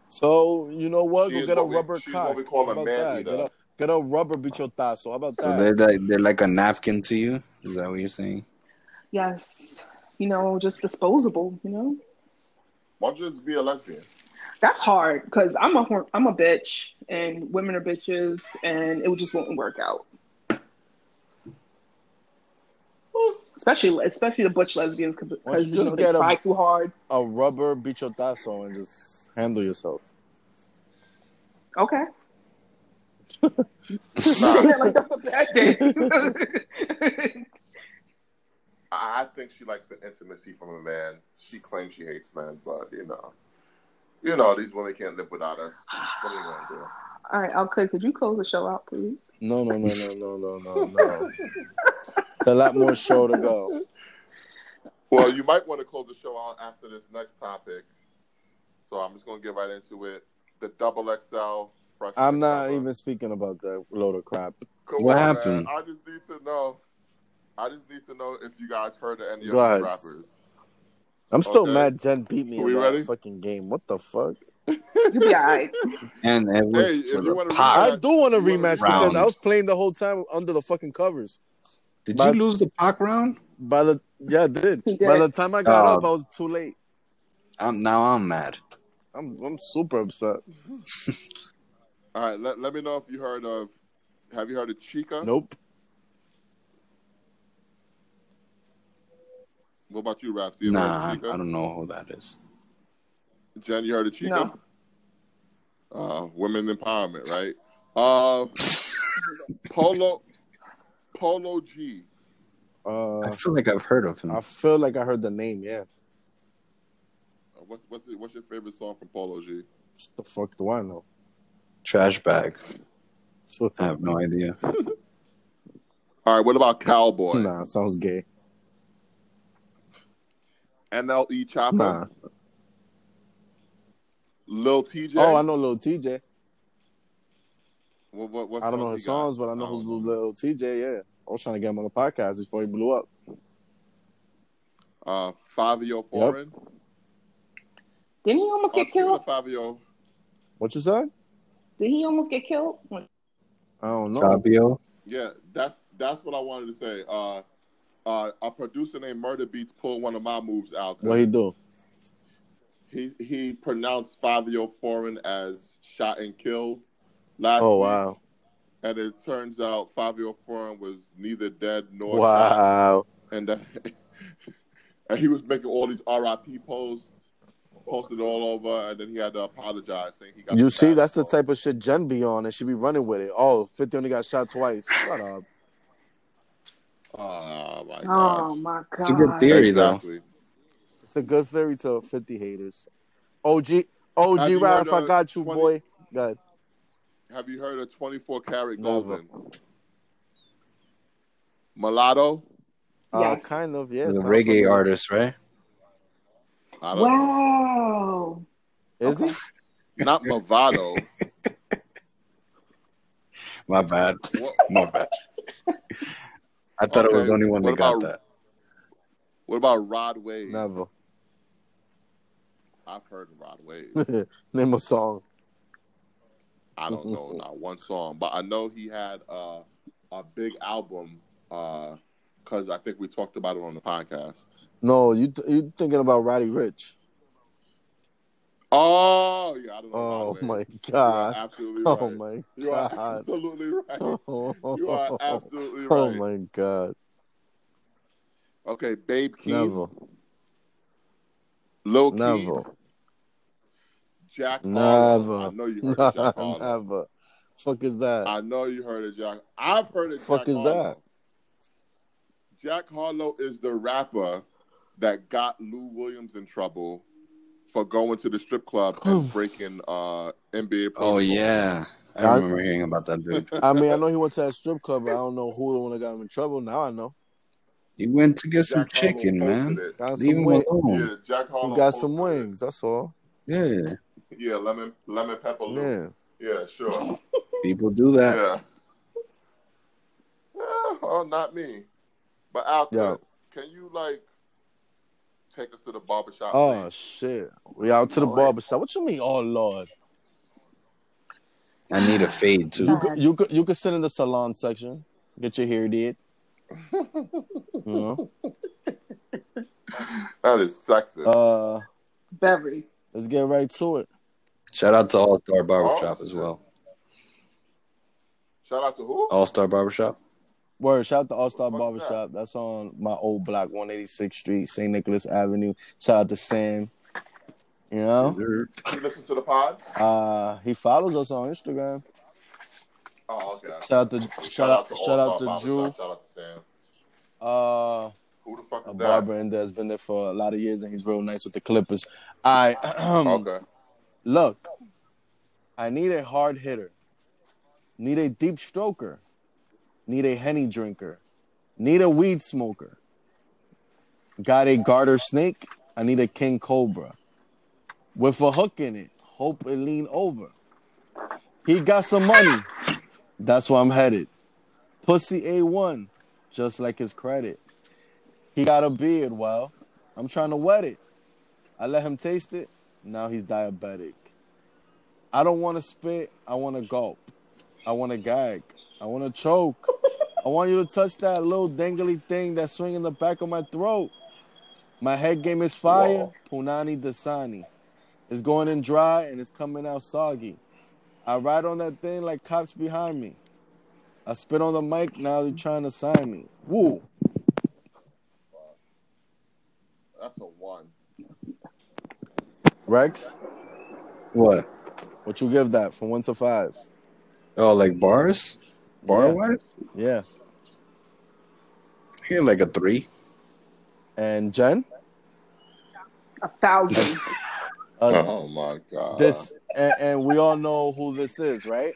So you know what? She Go is get a what we- rubber she is cock. what we call How a about man that? eater. Get a get a rubber bichotazo. How about So they're that? like, they're like a napkin to you. Is that what you're saying? Yes. You know, just disposable, you know? Why don't you just be a lesbian? That's hard because I'm a hor- I'm a bitch and women are bitches and it just won't work out. Especially especially the butch lesbians Why don't because you you know just they get try a too hard. a rubber bichotazo and just handle yourself? Okay. Say that like that's a bad thing. I I think she likes the intimacy from a man. She claims she hates men, but you know, you know, these women can't live without us. What are you gonna do? All right, okay. Could you close the show out, please? No, no, no, no, no, no, no, no. It's a lot more show to go. Well, you might want to close the show out after this next topic. So I'm just gonna get right into it. The double XL freshman. I'm not cover. even speaking about that load of crap. Come What on, happened? Man. I just need to know. I just need to know if you guys heard of any of Go these ahead. rappers. I'm still Okay. mad Jen beat me Are in we that ready? fucking game. What the fuck? You'll be all right. And it Hey, was for if you the want to pot. I rematch, do want a you want a rematch? rematch because I Round. was playing the whole time under the fucking covers. Did you But lose the Pac round? by the yeah, I did. He did. By the time I got Oh. up, I was too late. I'm now I'm mad. I'm I'm super upset. All right. Let, let me know if you heard of. Have you heard of Chica? Nope. What about you, Raph? Do you ever Nah, heard I of Chica? don't know who that is. Jen, you heard of Chica? No. Uh, women empowerment, right? Uh, Polo, Polo G. I Uh, feel like I've heard of him. I feel like I heard the name. Yeah. Uh, What's what's it, what's your favorite song from Polo G? What the fuck do I know? Trash bag. I have no idea. All right. What about Cowboy? nah, sounds gay. NLE E Chopper, Nah. Lil TJ. Oh, I know Lil TJ. What, what, what I don't know songs his he got? Um, songs, but I know don't who's Lil TJ. Yeah. I was trying to get him on the podcast before he blew up. Uh, Fabio Foreign. Didn't he almost Uh, get speaking killed? of Fabio, What you said? Did he almost get killed? Like, I don't know. Fabio. yeah, that's that's what I wanted to say. Uh, uh, a producer named Murder Beats pulled one of my moves out. 'cause What he do? He he pronounced Fabio Foreign as shot and killed last Oh week, wow. and it turns out Fabio Foreign was neither dead nor shot, Wow. and that, and he was making all these RIP posts. Posted all over, and then he had to apologize, saying he got. some You see, bad that's the results. type of shit Jen be on, and she be running with it. Oh, 50 only got shot twice. Shut up. Oh my gosh! oh my It's a good god. theory though. Exactly. It's a good theory to 50 haters. OG, OG Have you Ralph, heard I of got you, 20 boy. Good. Have you heard of 24 Karat Never. Golden? Mulatto? Uh, Yes. kind of. Yeah. He's a sound reggae familiar. artist, right? I don't know. Wow. Is Okay. Not Movado. My bad. what, My bad. I thought it was Okay, the only one what that got about- that. what about Rod Wave? he? Never. I've heard of Rod Wave. Name a song. I don't know not one song, but I know he had uh, a big album because I think we talked about it on the podcast. No, you th- you thinking about Roddy Rich? Oh yeah, I don't know. Oh Rod Wave. my you god! are absolutely right. Oh my you are god! absolutely right. You are absolutely right. Oh my god! Okay, Babe Keem, Never, Lil Keem, never, Jack Harlow. I never, know you heard of Jack Harlow. never. Fuck is that? I know you heard of Jack. I've heard of Fuck Jack is Harlow. Jack Harlow is the rapper that got Lou Williams in trouble for going to the strip club and breaking uh, NBA. Oh protocol. yeah, I I- remember hearing about that dude. I mean, I know he went to that strip club, but I don't know who the one that got him in trouble. Now I know. He went to get some Jack Harlow chicken, man. posted it. Got Leave some him wings. alone. Yeah, Jack He Harlow got some posted it. wings. That's all. Yeah, Yeah, lemon lemon pepper loop. Yeah. Yeah, sure. people do that. Yeah. Yeah, oh, not me. But Alta, Yeah. can you like take us to the barbershop? Oh please? shit. We out to the Lord. barber shop. What you mean? Oh lord. I need a fade too. You could you could you could sit in the salon section, get your hair did. You know? That is sexist. Uh Very. let's get right to it. Shout out to All Star Barbershop Oh, as shit. well. Shout out to who? All Star Barbershop. Word, shout out to All Star What the fuck is that? Barbershop. That's on my old block, 186th Street, St. Nicholas Avenue. Shout out to Sam. You know? You listen to the pod? Uh he follows us on Instagram. Oh, okay. that's Shout out right. to shout out shout All Star out to Barbershop. Drew. Shout out to Sam. Uh Who the fuck a is barber in there has been there for a lot of years and he's real nice with the Clippers. I that? Okay. Hmm. look, I need a hard hitter, need a deep stroker, need a henny drinker, need a weed smoker. Got a garter snake, I need a king cobra with a hook in it. Hope it lean over. He got some money. That's where I'm headed. Pussy A1, just like his credit. He got a beard. Well, I'm trying to wet it. I let him taste it. Now he's diabetic. I don't want to spit. I want to gulp. I want to gag. I want to choke. I want you to touch that little dangly thing that's swinging the back of my throat. My head game is fire. Whoa. Punani Dasani. It's going in dry and it's coming out soggy. I ride on that thing like cops behind me. I spit on the mic. Now they're trying to sign me. Woo. That's a one. Rex, What? what you give that from one to five? Oh, like bars? Bar Yeah. wise? Yeah. Yeah, like a three. And Jen? A thousand. Uh, Oh my god. this and, and we all know who this is, right?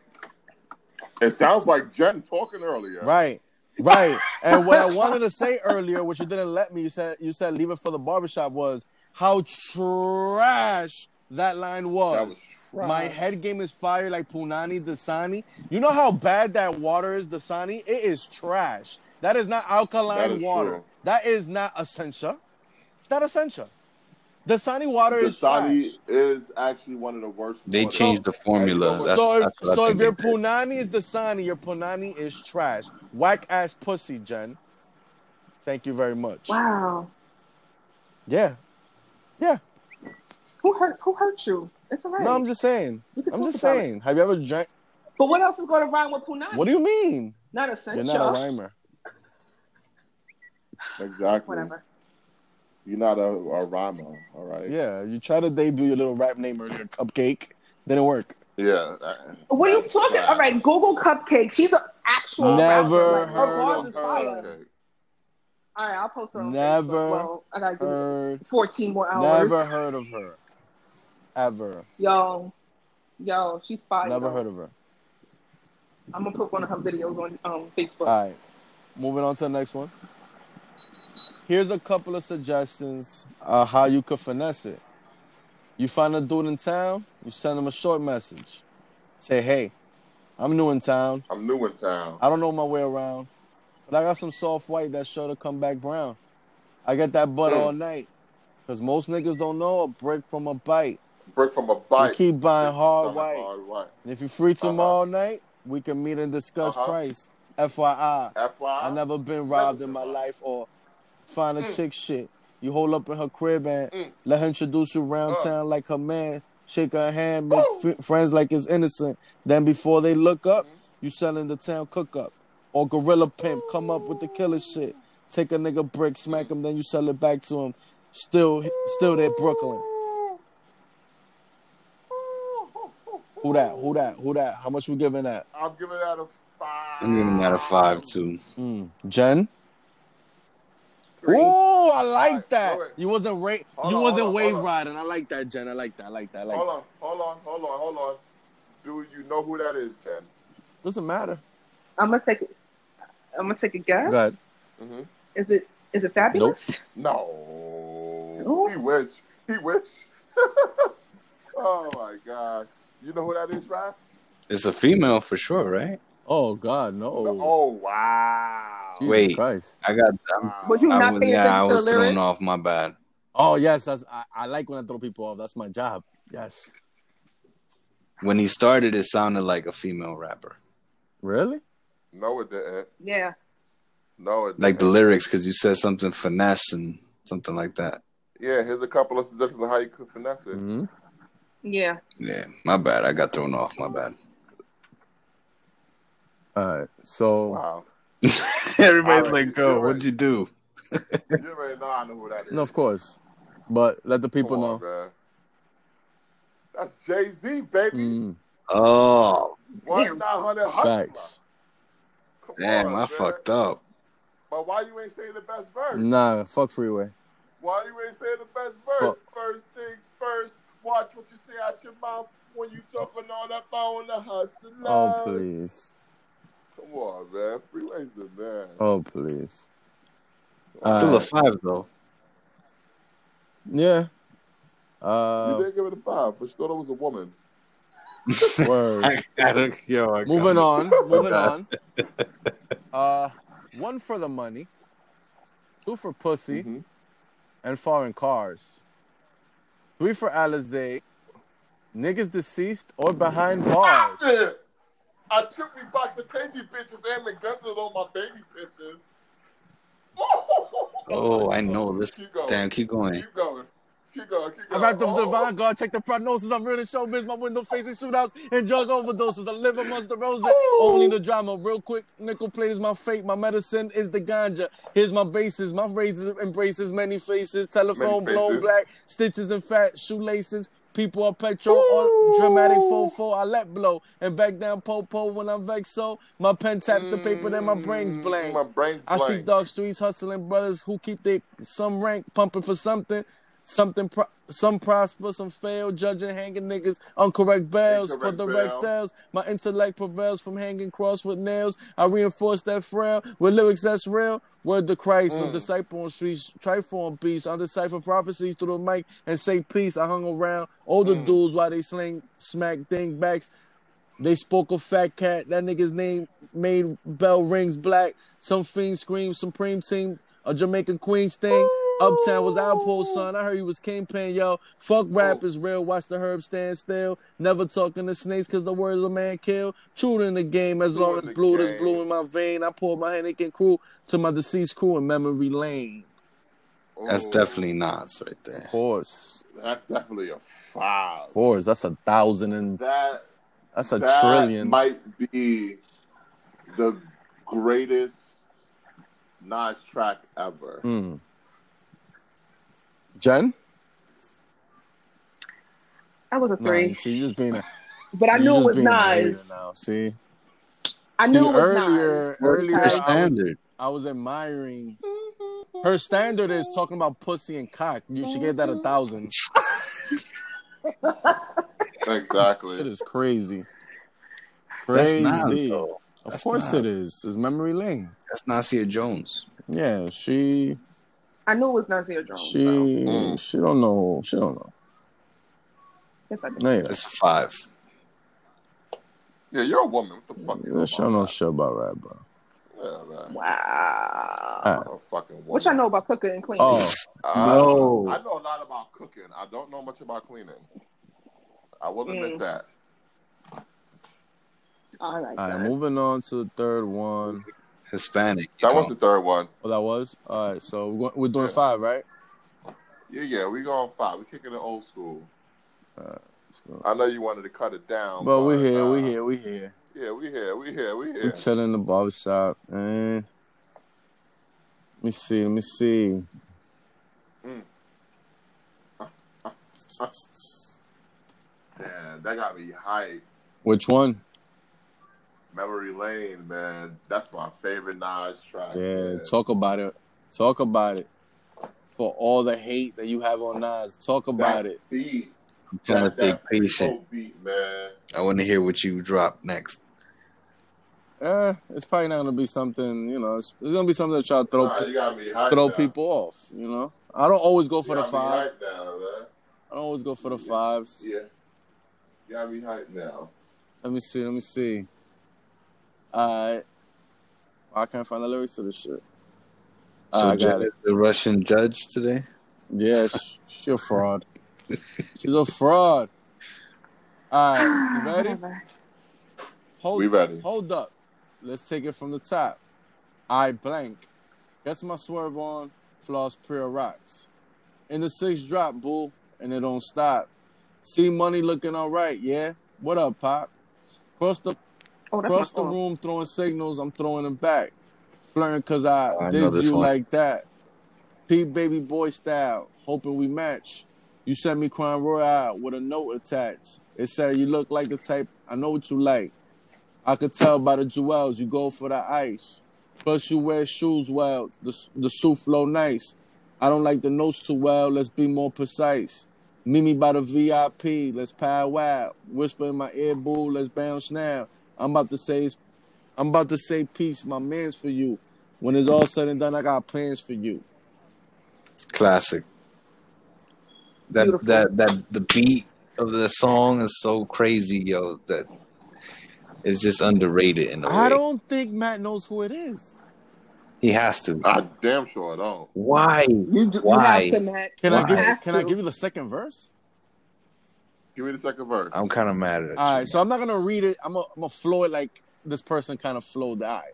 It sounds like Jen talking earlier. Right. Right. And what I wanted to say earlier, which you didn't let me, you said you said leave it for the barbershop was how trash that line was. That was trash. My head game is fire like Punani Dasani. You know how bad that water is, Dasani? It is trash. That is not That alkaline is water. true. That is not Essentia. It's not Essentia. Dasani water is Dasani trash. is actually one of the worst. They waters. changed the Have you formula. ever- That's So if that's what I so if think they your did. punani is Dasani, your punani is trash. Whack ass pussy, Jen. Thank you very much. wow. Yeah. Yeah. Who hurt? Who hurt you? It's all right. No, I'm just saying. you can I'm talk just about it. saying. Have you ever drank But what else is going to rhyme with punani? what do you mean? Not You're essential. not a rhymer. Exactly. Whatever. You're not a, a rhymer, all right? Yeah. You try to debut your little rap name earlier, cupcake. Didn't work. Yeah. that- What are you that's talking? trash. All right, Google Cupcake. She's an actual Never rapper. Like, her heard bars of is her. fire. Okay. All right, I'll post her on Never Facebook. Well, I gotta give it Heard 14 more hours. never heard of her. ever. Yo, yo, she's fire. Never heard of her. I'm gonna put one of her videos on um, Facebook. All right, moving on to the next one. Here's a couple of suggestions uh, how you could finesse it. You find a dude in town, you send him a short message. Say, hey, I'm new in town. I'm new in town. I don't know my way around, but I got some soft white that's sure to come back brown. I got that butter Mm. all night. Because most niggas don't know a brick from a bite. Break from a You bite. keep buying hard Buying white. hard white. And if you're free Uh-huh. tomorrow night, we can meet and discuss Uh-huh. price. FYI, FYI. I never been robbed been in my robbed. life or find a Mm. chick shit. You hold up in her crib and Mm. let her introduce you around Uh. town like her man. Shake her hand, make Woo. f- friends like it's innocent. Then before they look up, Mhm. you selling the town cook up or gorilla pimp. Come up with the killer shit. Take a nigga brick, smack him, then you sell it back to him. Still, still there, Brooklyn. Who that? Who that? Who that? How much we giving that? I'm giving that a five. I'm giving that a five too. Mm. Jen. Three. Ooh, I All like right, that. wait, wait. You wasn't ra- Hold you on, wasn't hold on, wave hold on. riding. I like that, Jen. I like that. I like that. I like Hold that. on, hold on, hold on, hold on. Do you know who that is, Jen? Doesn't matter. I'm gonna take. I'm gonna take a guess. Go ahead. Mm-hmm. Is it is it fabulous? No. No? He wish. He wish. oh my God. You know who that is, Rap? It's a female for sure, right? Oh God, Oh, no. wow. Jesus Wait. Christ. I got. I'm, Wow. Would you I not was, pay yeah, I attention to the was thrown lyrics? off. My bad. Oh yes, that's I, I like when I throw people off. That's my job. Yes. When he started, it sounded like a female rapper, Really? No, it didn't. Yeah. No, it like the didn't. lyrics, because you said something finesse and something like that. Yeah, here's a couple of suggestions of how you could finesse it. Mm-hmm. Yeah. Yeah, my bad. I got thrown off. My bad. All right. So Wow. Everybody's Alright, like, you- "Go, you're what'd right. you do?" You already know I know who that is. no, of course, but let the Come people on, know. man. That's Jay Z, baby. Mm, Oh, One Damn. nine hundred hustler. facts. Come damn, on, I man. fucked up. But why you ain't say the best verse? Nah, fuck freeway. Why you ain't say the best verse? Fuck. First things first. Watch what you say out your mouth when you talking on that phone to hustlers. Oh please. Come on, man. Freeway's the man. Oh please. Come Still on. a five though. Yeah. Uh, you did give it a five, but you thought it was a woman. word. I gotta, yo, I Moving gotta- on. Moving that. on. Uh, one for the money, two for pussy, Mm-hmm. and foreign cars. Three for Alizé. Niggas deceased or behind bars. I took me box of crazy bitches and McDonald's on my baby pictures. Oh, I know this. keep going. Damn, keep going. Keep going. Keep going. Keep I going. wrapped up the Oh. divine guard, checked the prognosis. I'm real to show biz, my window facing shootouts and drug overdoses. I live amongst the roses, only the drama. Real quick, nickel plate is my fate. My medicine is the ganja. Here's my basis. My razor embraces many faces. Telephone Many blown faces. black, stitches and fat shoelaces. People are petrol on dramatic faux faux. I let blow and back down popo when I'm vexed. So my pen taps the paper, then my brain's Mm, blank. My brain's I see blank. dark streets hustling brothers who keep their some rank pumping for something, something pro- some prosper, some fail, judging hanging niggas on correct bells for Incorrect direct bail. sales. My intellect prevails from hanging cross with nails. I reinforce that frail with lyrics that's real. Word to Christ, some Mm. disciple on streets, trifle on beats, undeciphered prophecies through the mic and say peace. I hung around older Mm. dudes while they sling smack thing backs. They spoke of fat cat. That nigga's name made bell rings black. Some fiend scream, supreme team, a Jamaican Queens thing. Uptown was outpost, son. I heard he was kingpin, yo. Fuck rap Oh. is real. Watch the herb stand still. Never talking to snakes cause the words a man kill. True in the game as True long in as the blue is blue game. in my vein. I pour my Henneken crew to my deceased crew in memory lane. That's Oh. definitely Nas right there. Course. That's definitely a five. Course. That's a thousand and That that's a that trillion. might be the greatest Nas track ever. Mm. Jen? That was a Nah, three. you see, you just being a But I You're knew it just was being a hater Nas. now. See, I see, knew it was earlier, Nas What's earlier, her because I was, standard? I was admiring. Mm-hmm. Her standard is talking about pussy and cock. You, she gave that a thousand. Shit Exactly. is crazy. That's Crazy. not though. of That's course not. it is. It's memory lane. That's Nasir Jones. Yeah, she I knew it was Nazir Jones. she though. Mm. she don't know. She don't know. Yes, I did. No, yeah. That's five. Yeah, you're a woman. What the fuck? You know Yeah, She don't know about shit about rap, bro. that? Yeah, man. Wow. All right. I'm a fucking woman. What y'all know about cooking and cleaning? Oh, Uh, No. I know a lot about cooking. I don't know much about cleaning. I will admit Mm. that. I like all right. that. Moving on to the third one. Hispanic. you That was know. the third one. Oh, that was all right. So we're, going, we're doing Yeah. five, right? Yeah, yeah, we going five. We kicking it old school. Alright, so- I know you wanted to cut it down, But we here. uh, We here. We here. Yeah, we here. We here. We We here. chilling in the barber shop. And let me see. Let me see. Man, that got me hyped. Which one? Memory Lane, man. That's my favorite Nas track. Yeah, man. talk about it. Talk about it. For all the hate that you have on Nas, talk about that it. beat. I'm trying that, to stay that patient. Flo beat, man. I want to hear what you drop next. Eh, it's probably not gonna be something. You know, it's, it's gonna be something that y'all throw Nah, you got me hyped. throw now. people off. You know, I don't always go You for the got me five. hyped now, man. I don't always go for the Yeah. fives. Yeah. You got me hyped now. Let me see. Let me see. Uh, I can't find the lyrics to this shit. So Ah, I Jen got is it. the Russian judge today. Yeah, sh- she a fraud. She's a fraud. All right, you ready? Whatever. Hold We ready. Hold up. Let's take it from the top. I blank. Guess my swerve on floss prayer rocks. In the sixth drop, bull, and it don't stop. See money looking all right, yeah? What up, Pop? Cross the Oh, that's cross my the phone. room throwing signals, I'm throwing them back. Flirting cause I, I know did this you one. like that. P baby boy style, hoping we match. You sent me crying royale with a note attached. It said you look like the type I know what you like. I could tell by the jewels you go for the ice. Plus you wear shoes well, the the suit flow nice. I don't like the notes too well. Let's be more precise. Meet me by the VIP. Let's pow wow. Whisper in my ear, boo. Let's bounce now. I'm about to say, I'm about to say peace. My man's for you. When it's all said and done, I got plans for you. Classic. That Beautiful. that that the beat of the song is so crazy, yo. That it's just underrated in a way. I don't think Matt knows who it is. He has to. Ah. I damn sure don't. Why? You do, you Why? have to, Matt. Can I Why? give? You You, have can to. I give you the second verse? Give me the second verse. I'm kind of mad at All you. right, so I'm not gonna read it. I'm gonna I'm flow it like this person kind of flowed the eye.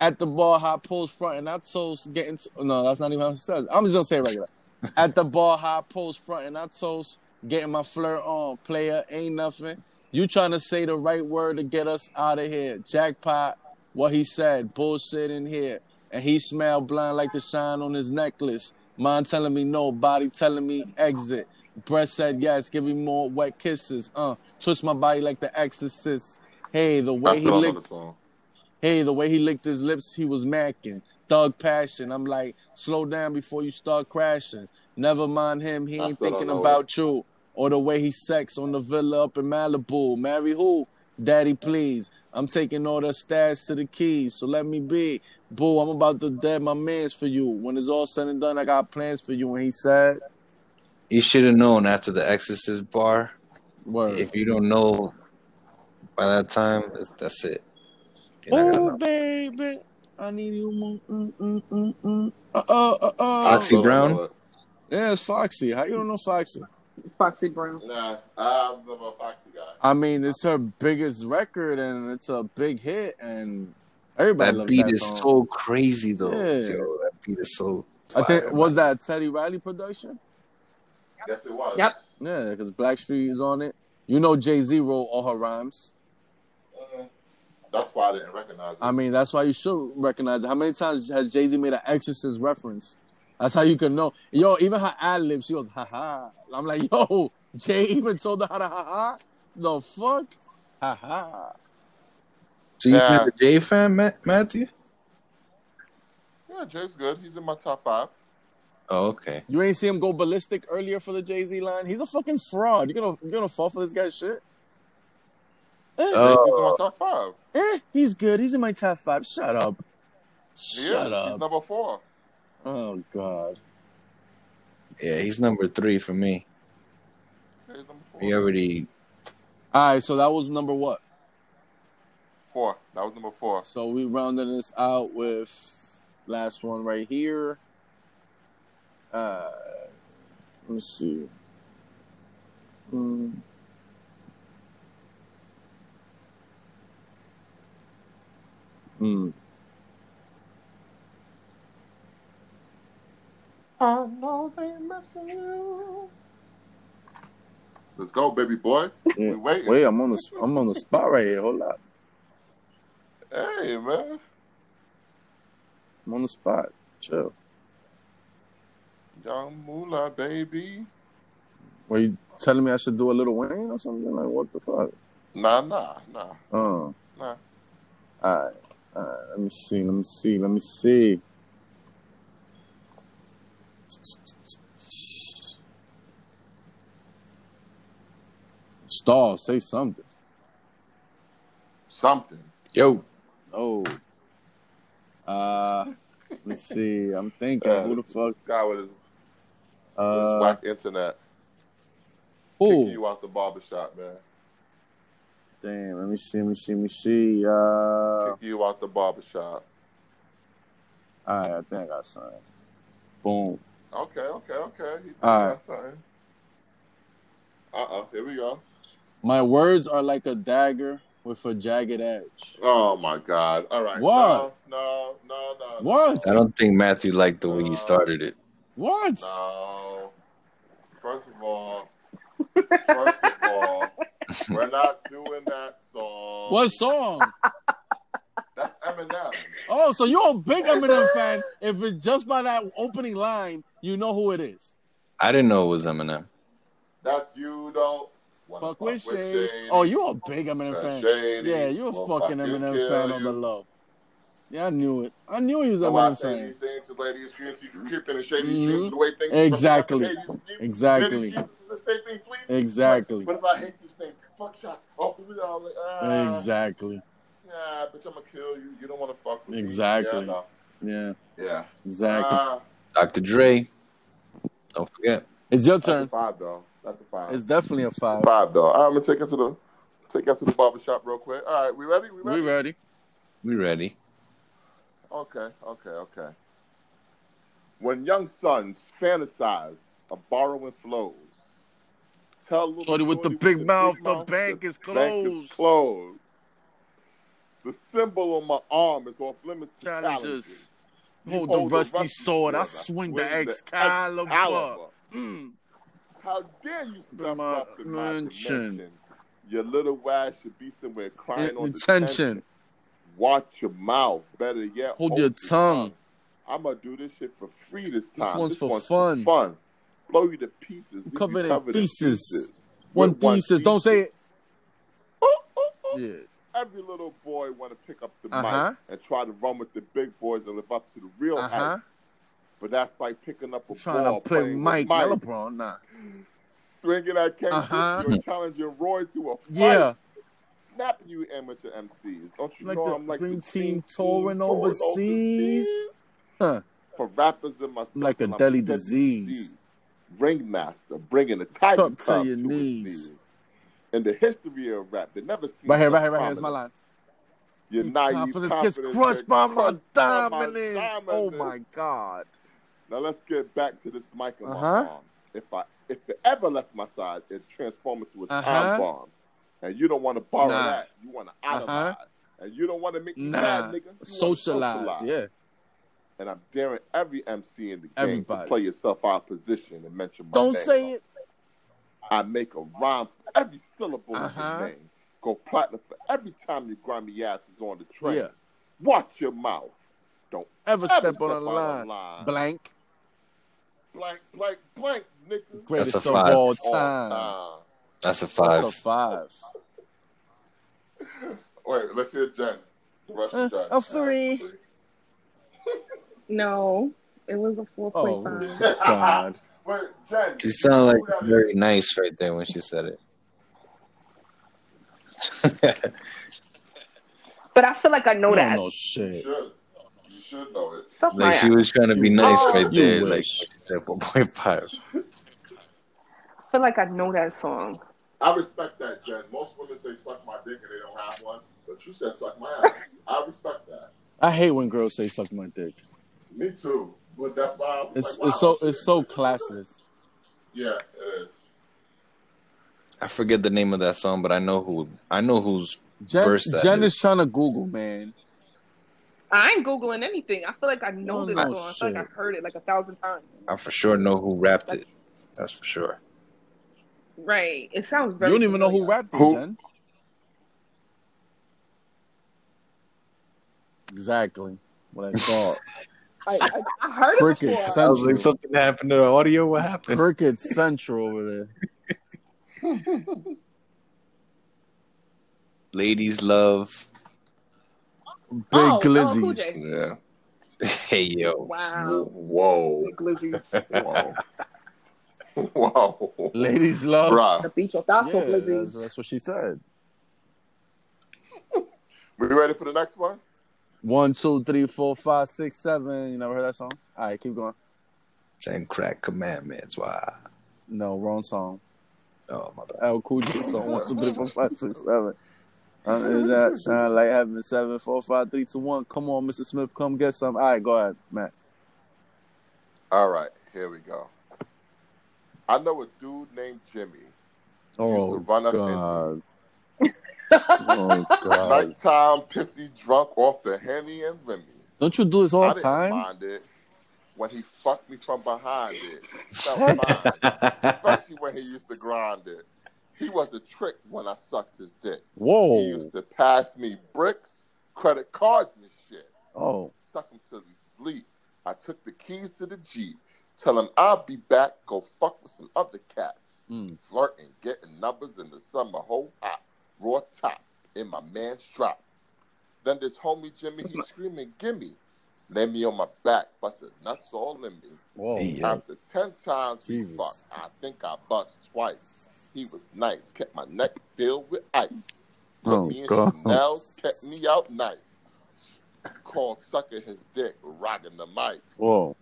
At the bar, high post front, and I told getting to, no, that's not even how it says. I'm just gonna say it regular. At the bar, high post front, and I toast getting my flirt on. Player ain't nothing. You trying to say the right word to get us out of here? Jackpot. What he said, bullshit in here, and he smelled blind like the shine on his necklace. Mind telling me no, body telling me exit. Breast said yes, give me more wet kisses. Uh, twist my body like the exorcist. Hey, the I way he still don't know licked, the song. hey, the way he licked his lips, he was macking. Thug passion. I'm like, slow down before you start crashing. Never mind him, he I ain't still don't thinking know about you. Or the way he sex on the villa up in Malibu. Marry who? Daddy, please. I'm taking all the stats to the keys, so let me be. Boo, I'm about to dead my man's for you. When it's all said and done, I got plans for you. And he said, You should have known after the Exorcist bar. Word. If you don't know by that time, it's, that's it. You're not gonna Oh, know. baby, I need you more. Mm, mm, mm, mm. Uh oh, uh I oh. Foxy still don't Brown? know it. Yeah, it's Foxy. How you don't know Foxy? It's Foxy Brown. Nah, I'm the Foxy guy. I mean, it's her biggest record and it's a big hit, and everybody That loves beat that is song. so crazy, though. Yeah. Yo, that beat is so I fire. think was man. that Teddy Riley production? Yes, it was. Yep. Yeah, because Blackstreet is on it. You know, Jay Z wrote all her rhymes. Mm, That's why I didn't recognize it. I mean, that's why you should recognize it. How many times has Jay Z made an Exorcist reference? That's how you can know. Yo, even her ad libs, she goes, ha ha. I'm like, yo, Jay even told her how to ha ha? The fuck? Ha ha. So you Yeah. a J fan, Ma- Matthew? yeah, Jay's good. He's in my top five. Oh, okay. You ain't see him go ballistic earlier for the Jay Z line. He's a fucking fraud. You gonna you gonna fall for this guy's shit? Eh, Oh. Jay-Z's in my top five. eh, he's good. He's in my top five. Shut up. He is. He's Shut up. number four. Oh god. Yeah, he's number three for me. He's number four. He already. All right, so that was number what? Four. That was number four. So we rounded this out with last one right here. Uh, let me see. Mm. Mm. I know they missing you. Let's go, baby boy. Yeah. We waiting. Wait, I'm on the I'm on the spot right here. Hold up, Hey, man. I'm on the spot. Chill. Young Moolah, baby. Were you telling me I should do a little Wayne or something? Like what the fuck? Nah, nah, nah, Oh, nah. all right, all right. Let me see. Let me see. Let me see. Star, say something. Something. Yo. Oh. Uh let me see. I'm thinking Yeah, who the this- fuck This guy with his, with his uh Uh, whack internet kicking who? you out the barbershop, man. Damn, let me see, let me see, let me see. Uh all Kicking you out the barbershop. right, I think I got something. Boom. Okay, okay, okay. He thinks Alright. that's something. Uh oh, here we go. My words are like a dagger with a jagged edge. Oh my God! All right. What? No, no, no, no. What? I don't think Matthew liked the way Uh. you started it. What? No. First of all, first of all, we're not doing that song. What song? That's Eminem. Oh, so you're a big Eminem fan. If it's just by that opening line, you know who it is. I didn't know it was Eminem. That's you don't wanna Fuck with Shade. Shady. Oh, you're a big Eminem That's fan. Shady. Yeah, you a Will fucking Eminem kill fan you. on the low. Yeah, I knew it. I knew he was an So I Eminem say fan. these things to lay these dreams, you keep keeping the shady Mhm. dreams the way things Exactly. from the ladies keep- Exactly. ladies keep the same things, please. Exactly. But if I hate these things, fuck shots. Oh, we all like, ah, Exactly. yeah, bitch, I'm gonna kill you. You don't wanna fuck with Exactly. me. Yeah, no. Yeah. yeah. Exactly. Ah, Dr. Dre. Don't forget. It's your that's a turn. five though. That's a five. It's definitely a five. five though. All right, I'm gonna take it to the take it to the barber shop real quick. All right, we ready? We We ready? ready? We ready. Okay, okay, okay. When young sons fantasize of borrowing flows, tell little Shorty with the shorty big mouth, the bank is closed. closed. The symbol on my arm is off limits to Challenges. challenges. You Hold the rusty sword, I swing the with Excalibur. Mm. How dare you The step ma- up in my mansion. dimension? Your little wag should be somewhere crying In- on Detention. detention. Watch your mouth. Better yet, Hold your tongue. I'm gonna do this shit for free this This time. one's this for one's fun. for fun. Blow you to pieces. Leave Covered you in covered in feces. pieces. One With one thesis. Don't say it. thesis. Ooh, ooh, ooh. Yeah. Every little boy want to pick up the Uh-huh. mic and try to run with the big boys and live up to the real Uh huh. hype. But that's like picking up a Trying ball, to play playing Mike, with Mike, not LeBron. Nah. swinging at Ken Uh-huh. Griffey or challenging Roy to a fight. Yeah. Snapping you amateur MCs. Don't you Like know the I'm like dream the team team touring overseas. Huh. For rappers and myself, I'm like a till I'm deadly spitting disease. disease. Ringmaster, bringing the tiger Cup to cub your to his knees. knees. In the history of rap, they never seen Right here, right such here, right here is my prominence. line. Your Your naive confidence gets confidence crushed gets by my crushed by my dominance. Oh diamonds. my god. Now let's get back to this mic in my Uh-huh. arm. If I if it ever left my side, it transformed into a time Uh-huh. bomb. And you don't want to borrow Nah. that. You want to Uh-huh. itemize. And you don't want to make me Nah. mad, nigga. You want to Socialize. socialize. Yeah. And I'm daring every MC in the game to Everybody. play yourself out of position and mention my Don't name. say it. I make a rhyme for every syllable in Uh-huh. your name. Go platinum for every time your grimy ass is on the train. Yeah. Watch your mouth. Don't Ever ever step step on a out line. on line. Blank. Blank, blank, blank, nigga. Greatest That's a of five. all All time. time. That's a That's a five. five. Wait, let's oh, hear Jen. The Russian Uh, Jen. I'm free. No. It was a four point five. Oh, God. But Jen, She sounded like very nice right there when she said it. But I feel like I know You that. don't know shit. should, should know it. Suck my like she ass. was trying to be nice right You there. Like wish. she said, one point five. I feel like I know that song. I respect that, Jen. Most women say suck my dick and they don't have one, but you said suck my ass. I respect that. I hate when girls say "suck my dick." Me too. But that's why I was It's like, it's wow, so it's shit. so classless. Yeah, it is. I forget the name of that song, but I know who I know who's Jen, verse that Jen is. is trying to Google, man. I ain't googling anything. I feel like I know Oh, this no song. I feel like shit. I heard it like a thousand times. I for sure know who rapped it. That's for sure. Right. It sounds You very. don't even know who familiar. rapped it, Who? Jen. Exactly what I thought. I, I, I heard Cricket it before. sound- I was like, something happened to the audio. What happened? Cricket Central over there. Ladies love. Big Oh, LL Cool glizzies. J. Yeah. Hey yo, wow. Whoa. Big glizzies. Whoa. Whoa. Ladies love. The Bruh. beach of Yeah, thousand that's, glizzies. that's what she said. We ready for the next one? One, two, three, four, five, six, seven. You never heard that song? All right, keep going. ten crack commandments. Why? No, wrong song. Oh my bad. L Cool J song. One, two, three, four, five, six, seven. Uh, is that sound like having seven, four, five, three, two, one? Come on, Mr. Smith, come get some. All right, go ahead, Matt. All right, here we go. I know a dude named Jimmy. Oh Used to run up in- God. oh God. Nighttime, pissy, drunk off the henny and Remy. Don't you do this all I the didn't time? mind it when he fucked me from behind it. Felt fine, especially when he used to grind it. He was a trick when I sucked his dick. He Whoa. used to pass me bricks, credit cards, and shit. Oh. Suck him till he sleep. I took the keys to the Jeep. Tell him I'll be back. Go fuck with some other cats. Mm. Flirting, getting numbers in the summer. Whole hot, raw top in my man's drop. Then this homie Jimmy, he's screaming, gimme. Lay me on my back, busted nuts all in me. Whoa. Hey, yo. After 10 times we Jesus. fucked, I think I bust twice. He was nice, kept my neck filled with ice. Put Oh me in God. Chanel's, kept me out nice. Called sucker his dick, rocking the mic. Whoa.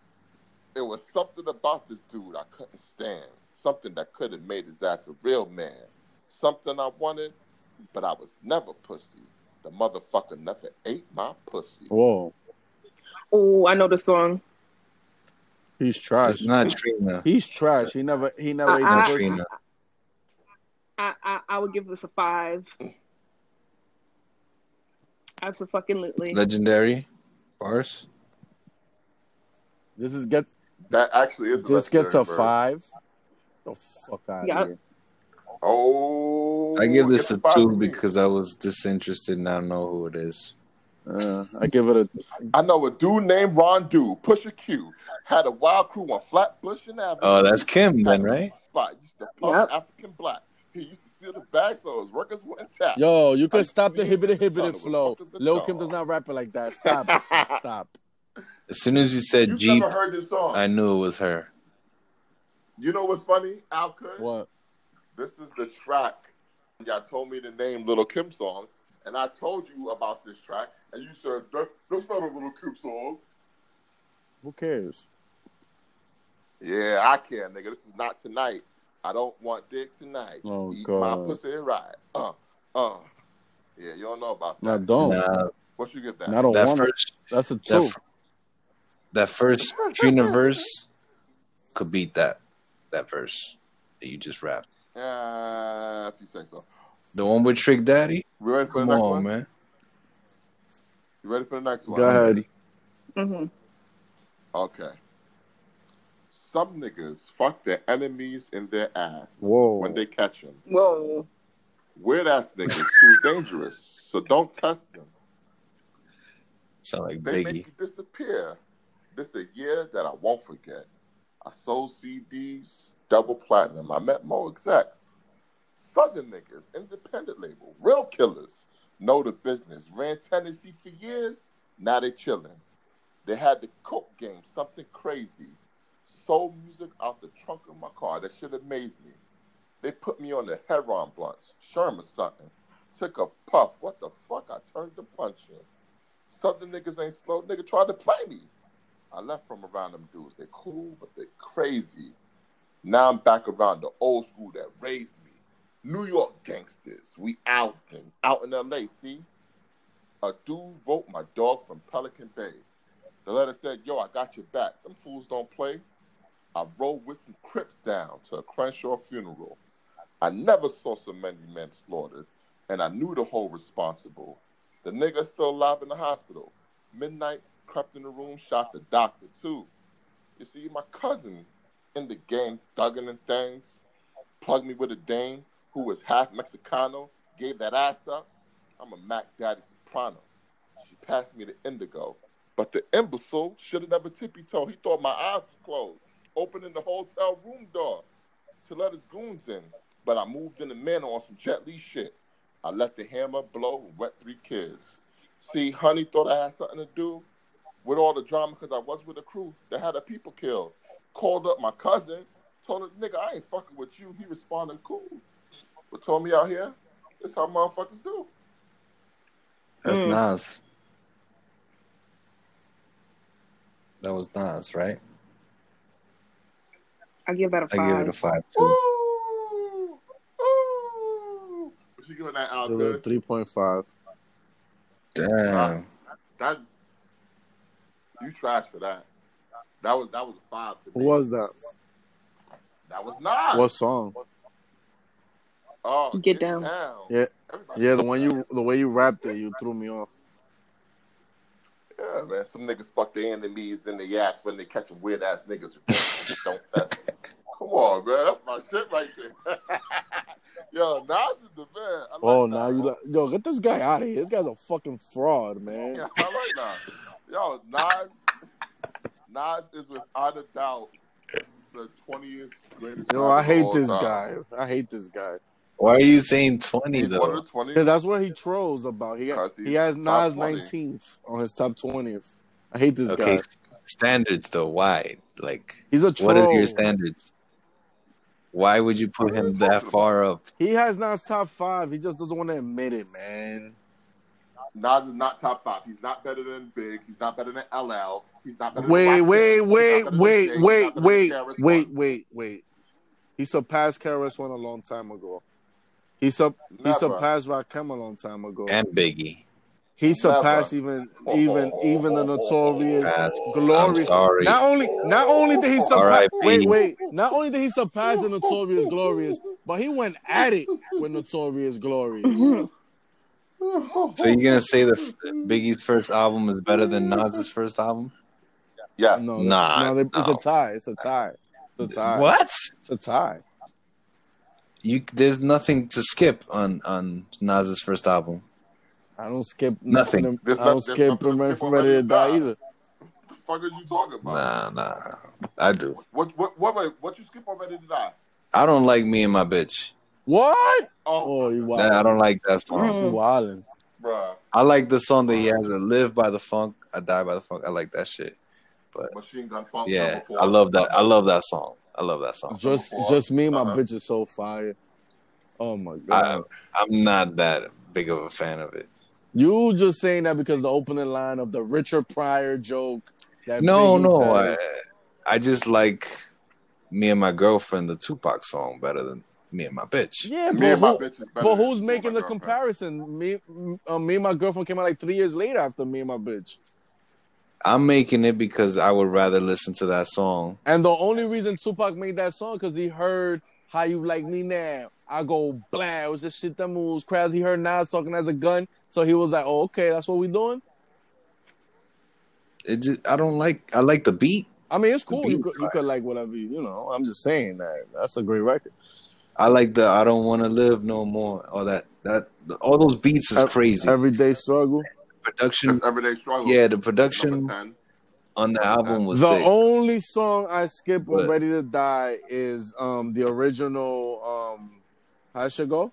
It was something about this dude I couldn't stand. Something that could have made his ass a real man. Something I wanted, but I was never pussy. The motherfucker never ate my pussy. Whoa. Oh, I know the song. He's trash. It's not Trina. He's trash. He never. He never Uh, ate uh, the Not pussy. Trina. I, I, I would give this a five. Absolutely. Legendary. Bars. This is gets. That actually is a This gets a legendary verse. five. The fuck out Yup. here. Oh, I give this it's a five two for me. because I was disinterested and I don't know who it is. Uh, I give it a. I know a dude named Ron Dew, Pusha Q, had a wild crew on Flatbush and Avenue. Oh, that's Kim had then, a right? spot. Used to pump Yep. African black. He used to steal the bags so his workers wouldn't tap. Yo, you I can used to stop the see him in hibbity the hibbity tunnel with flow. fuckers and Lil Kim does dogs. not rap it like that. Stop it. Stop. As soon as you said You've Jeep, never heard this song. I knew it was her. You know what's funny, Al Kud? What? This is the track. Y'all told me the name Little Kim songs, and I told you about this track, and you said, that, that's not a Little Kim song. Who cares? Yeah, I can, nigga. This is not tonight. I don't want dick tonight. Oh Eat my God. pussy and ride. Uh, uh. Yeah, you don't know about I that. don't. Nah, What you give that? I don't that want it. first, That's a that, two. fir- that first Trina verse could beat that that verse that you just rapped. Uh, if you say so. The one with Trick Daddy. We ready for the Come next on, one? man. You ready for the next one? Go ahead. hmm Okay. Some niggas fuck their enemies in their ass Whoa. when they catch them. Whoa. Weird ass niggas too dangerous, so don't test them. Sound like They Biggie. make you disappear. This a year that I won't forget. I sold CDs, double platinum. I met more execs. Southern niggas, independent label, real killers. Know the business. Ran Tennessee for years. Now they chillin'. They had the Coke game, something crazy. Soul music out the trunk of my car. That shit amazed me. They put me on the Heron blunts, Sherman something. Took a puff. What the fuck? I turned to punch him. Southern niggas ain't slow. Nigga tried to play me. I left from around them dudes. They cool, but they crazy. Now I'm back around the old school that raised me. New York gangsters. We out and out in LA, see? A dude wrote my dog from Pelican Bay. The letter said, Yo, I got your back. Them fools don't play. I rode with some Crips down to a Crenshaw funeral. I never saw so many men slaughtered, and I knew the whole responsible. The nigga still alive in the hospital. Midnight crept in the room, shot the doctor too. You see, my cousin in the game thugging and things, plugged me with a dame who was half Mexicano, gave that ass up. I'm a Mac Daddy soprano. She passed me the indigo. But the imbecile should have never tippy toe. He thought my eyes were closed, opening the hotel room door to let his goons in. But I moved in the manor on some Jet Li shit. I let the hammer blow and wet three kids. See, honey thought I had something to do with all the drama because I was with a crew that had a people killed. Called up my cousin, told him, nigga, I ain't fucking with you. He responded, cool. But told me out here, that's how motherfuckers do. That's Hmm. Mm. Nas. That was Nas, right? I give that a I give it a five. five Ooh, too. ooh. What you giving that out, good? Three point five. Nah. Damn. That you trash for that. That was that was a five to Who me. was that? That was not. What song? Oh, Get get, Down. down. Yeah. Everybody Yeah, get the one down. you the way you rapped it, you threw me off. Yeah, man. Some niggas fuck their enemies in the ass when they catch them weird ass niggas who don't, don't test. them. Come on, man. That's my shit right there. Yo, Nas is the man. I like Oh, Nas. now you like, yo, get this guy out of here. This guy's a fucking fraud, man. Yeah, I like Nas. Yo, Nas. Nas is without a doubt the twentieth greatest. Yo, rapper I of hate all this time. guy. I hate this guy. Why are you saying twenty He's one though? of the twenty. Cause that's what he trolls about. He Cause he's he has top Nas 20. nineteenth on his top twentieth. I hate this Okay, guy. standards though. Why? Like, He's a what is your troll. standards? Why would you What put are you him that talking far up? He has Nas top five. He just doesn't want to admit it, man. Nas is not top five. He's not better than Big. He's not better than LL. He's not better Wait, than Rakim. wait, He's not wait, better than wait, Jay. He's wait, not better wait, than Karis One. wait, wait, wait. He surpassed KRS One a long time ago. He sub he Never. surpassed Rakim a long time ago. And Biggie. Never. He Oh. surpassed even even even the notorious Pass. Uh, I'm glory. sorry. Not only not only did he surpass R.I.P. wait, wait, not only did he surpass the notorious glorious, but he went at it with notorious glorious. Mhm. So you're gonna say that Biggie's first album is better than Nas's first album? Yes. No, they- Nah. no, they, it's a no. tie. It's a tie. It's a tie. What? It's a tie. You there's nothing to skip on on Nas's first album. I don't skip Nothing. nothing. to- There's I not- don't there's skip nothing to and ready skip for on ready Ready to to die Die. either. What the fuck are you talking about? Nah, nah. I do. What what what wait, what you skip on Ready to Die? I don't like me and my bitch. What? Oh Oh, my you That I wildin'. don't like that song. You Mm. wildin'. bruh. I like the song that he has, "I "Live by the Funk, I Die by the Funk." I like that shit. But Machine Gun Funk yeah, number I four. love that. I love that song. I love that song. Number Just four. just me and my Uh-huh. bitch is so fire. Oh my I god. I'm not that big of a fan of it. You just saying that because the opening line of the Richard Pryor joke that No, Biggie no. I says. I just like me and my girlfriend, the Tupac song, better than me and my bitch. Yeah, Me but and my who? bitch is better But than who's me and my making the girlfriend. comparison? Me, uh, me and my girlfriend came out like three years later after me and my bitch. I'm making it because I would rather listen to that song. And the only reason Tupac made that song because he heard how you like me now. I go blah. It was just shit that moves crowds. He heard Nas talking as a gun, so he was like, "Oh, okay, that's what we doing." It just, I don't like. I like the beat. I mean, it's The cool. beat You is could you fire. could like whatever you you know. I'm just saying that that's a great record. I like the I don't want to live no more. All that that all those beats is Ev- crazy. Everyday struggle. Production, That's uh, everyday struggle. yeah, the Number production ten. on the Number album ten. was The sick, only song I skip on but Ready to Die is um the original um how it should go?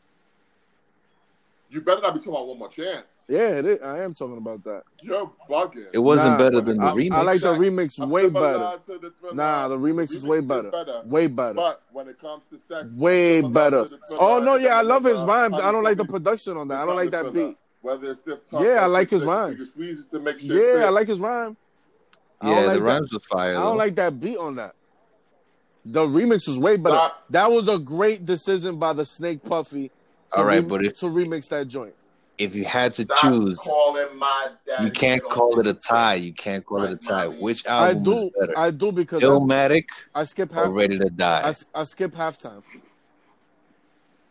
You better not be talking about one more chance. Yeah, it is. I am talking about that. You're bugging. It wasn't Nah, better than the I, I remix. like the remix I'm way better. similar to the thriller. Nah, the remix is way better. Way better. But when it comes to sex, Way I'm better. similar to the Oh no, thriller. yeah, I love his Uh, rhymes. Honey I don't like the Puppy. production on that. I don't like that Thriller. beat. Whether it's stiff talk, Yeah, I or like his thick, rhyme. You can squeeze it to make shit. Yeah, I fit. like his rhyme. I yeah, don't like the that. rhymes was fire. I don't though. like that beat on that. The remix was way better. Stop. That was a great decision by the Snake Puffy. to All right, re- but if to remix that joint. if you had to Stop choose, calling my dad. you can't call it a tie. You can't call it a tie. Which I album is do, better, I do because I, Illmatic I skip or half. Ready to I, Die? s- I skip halftime.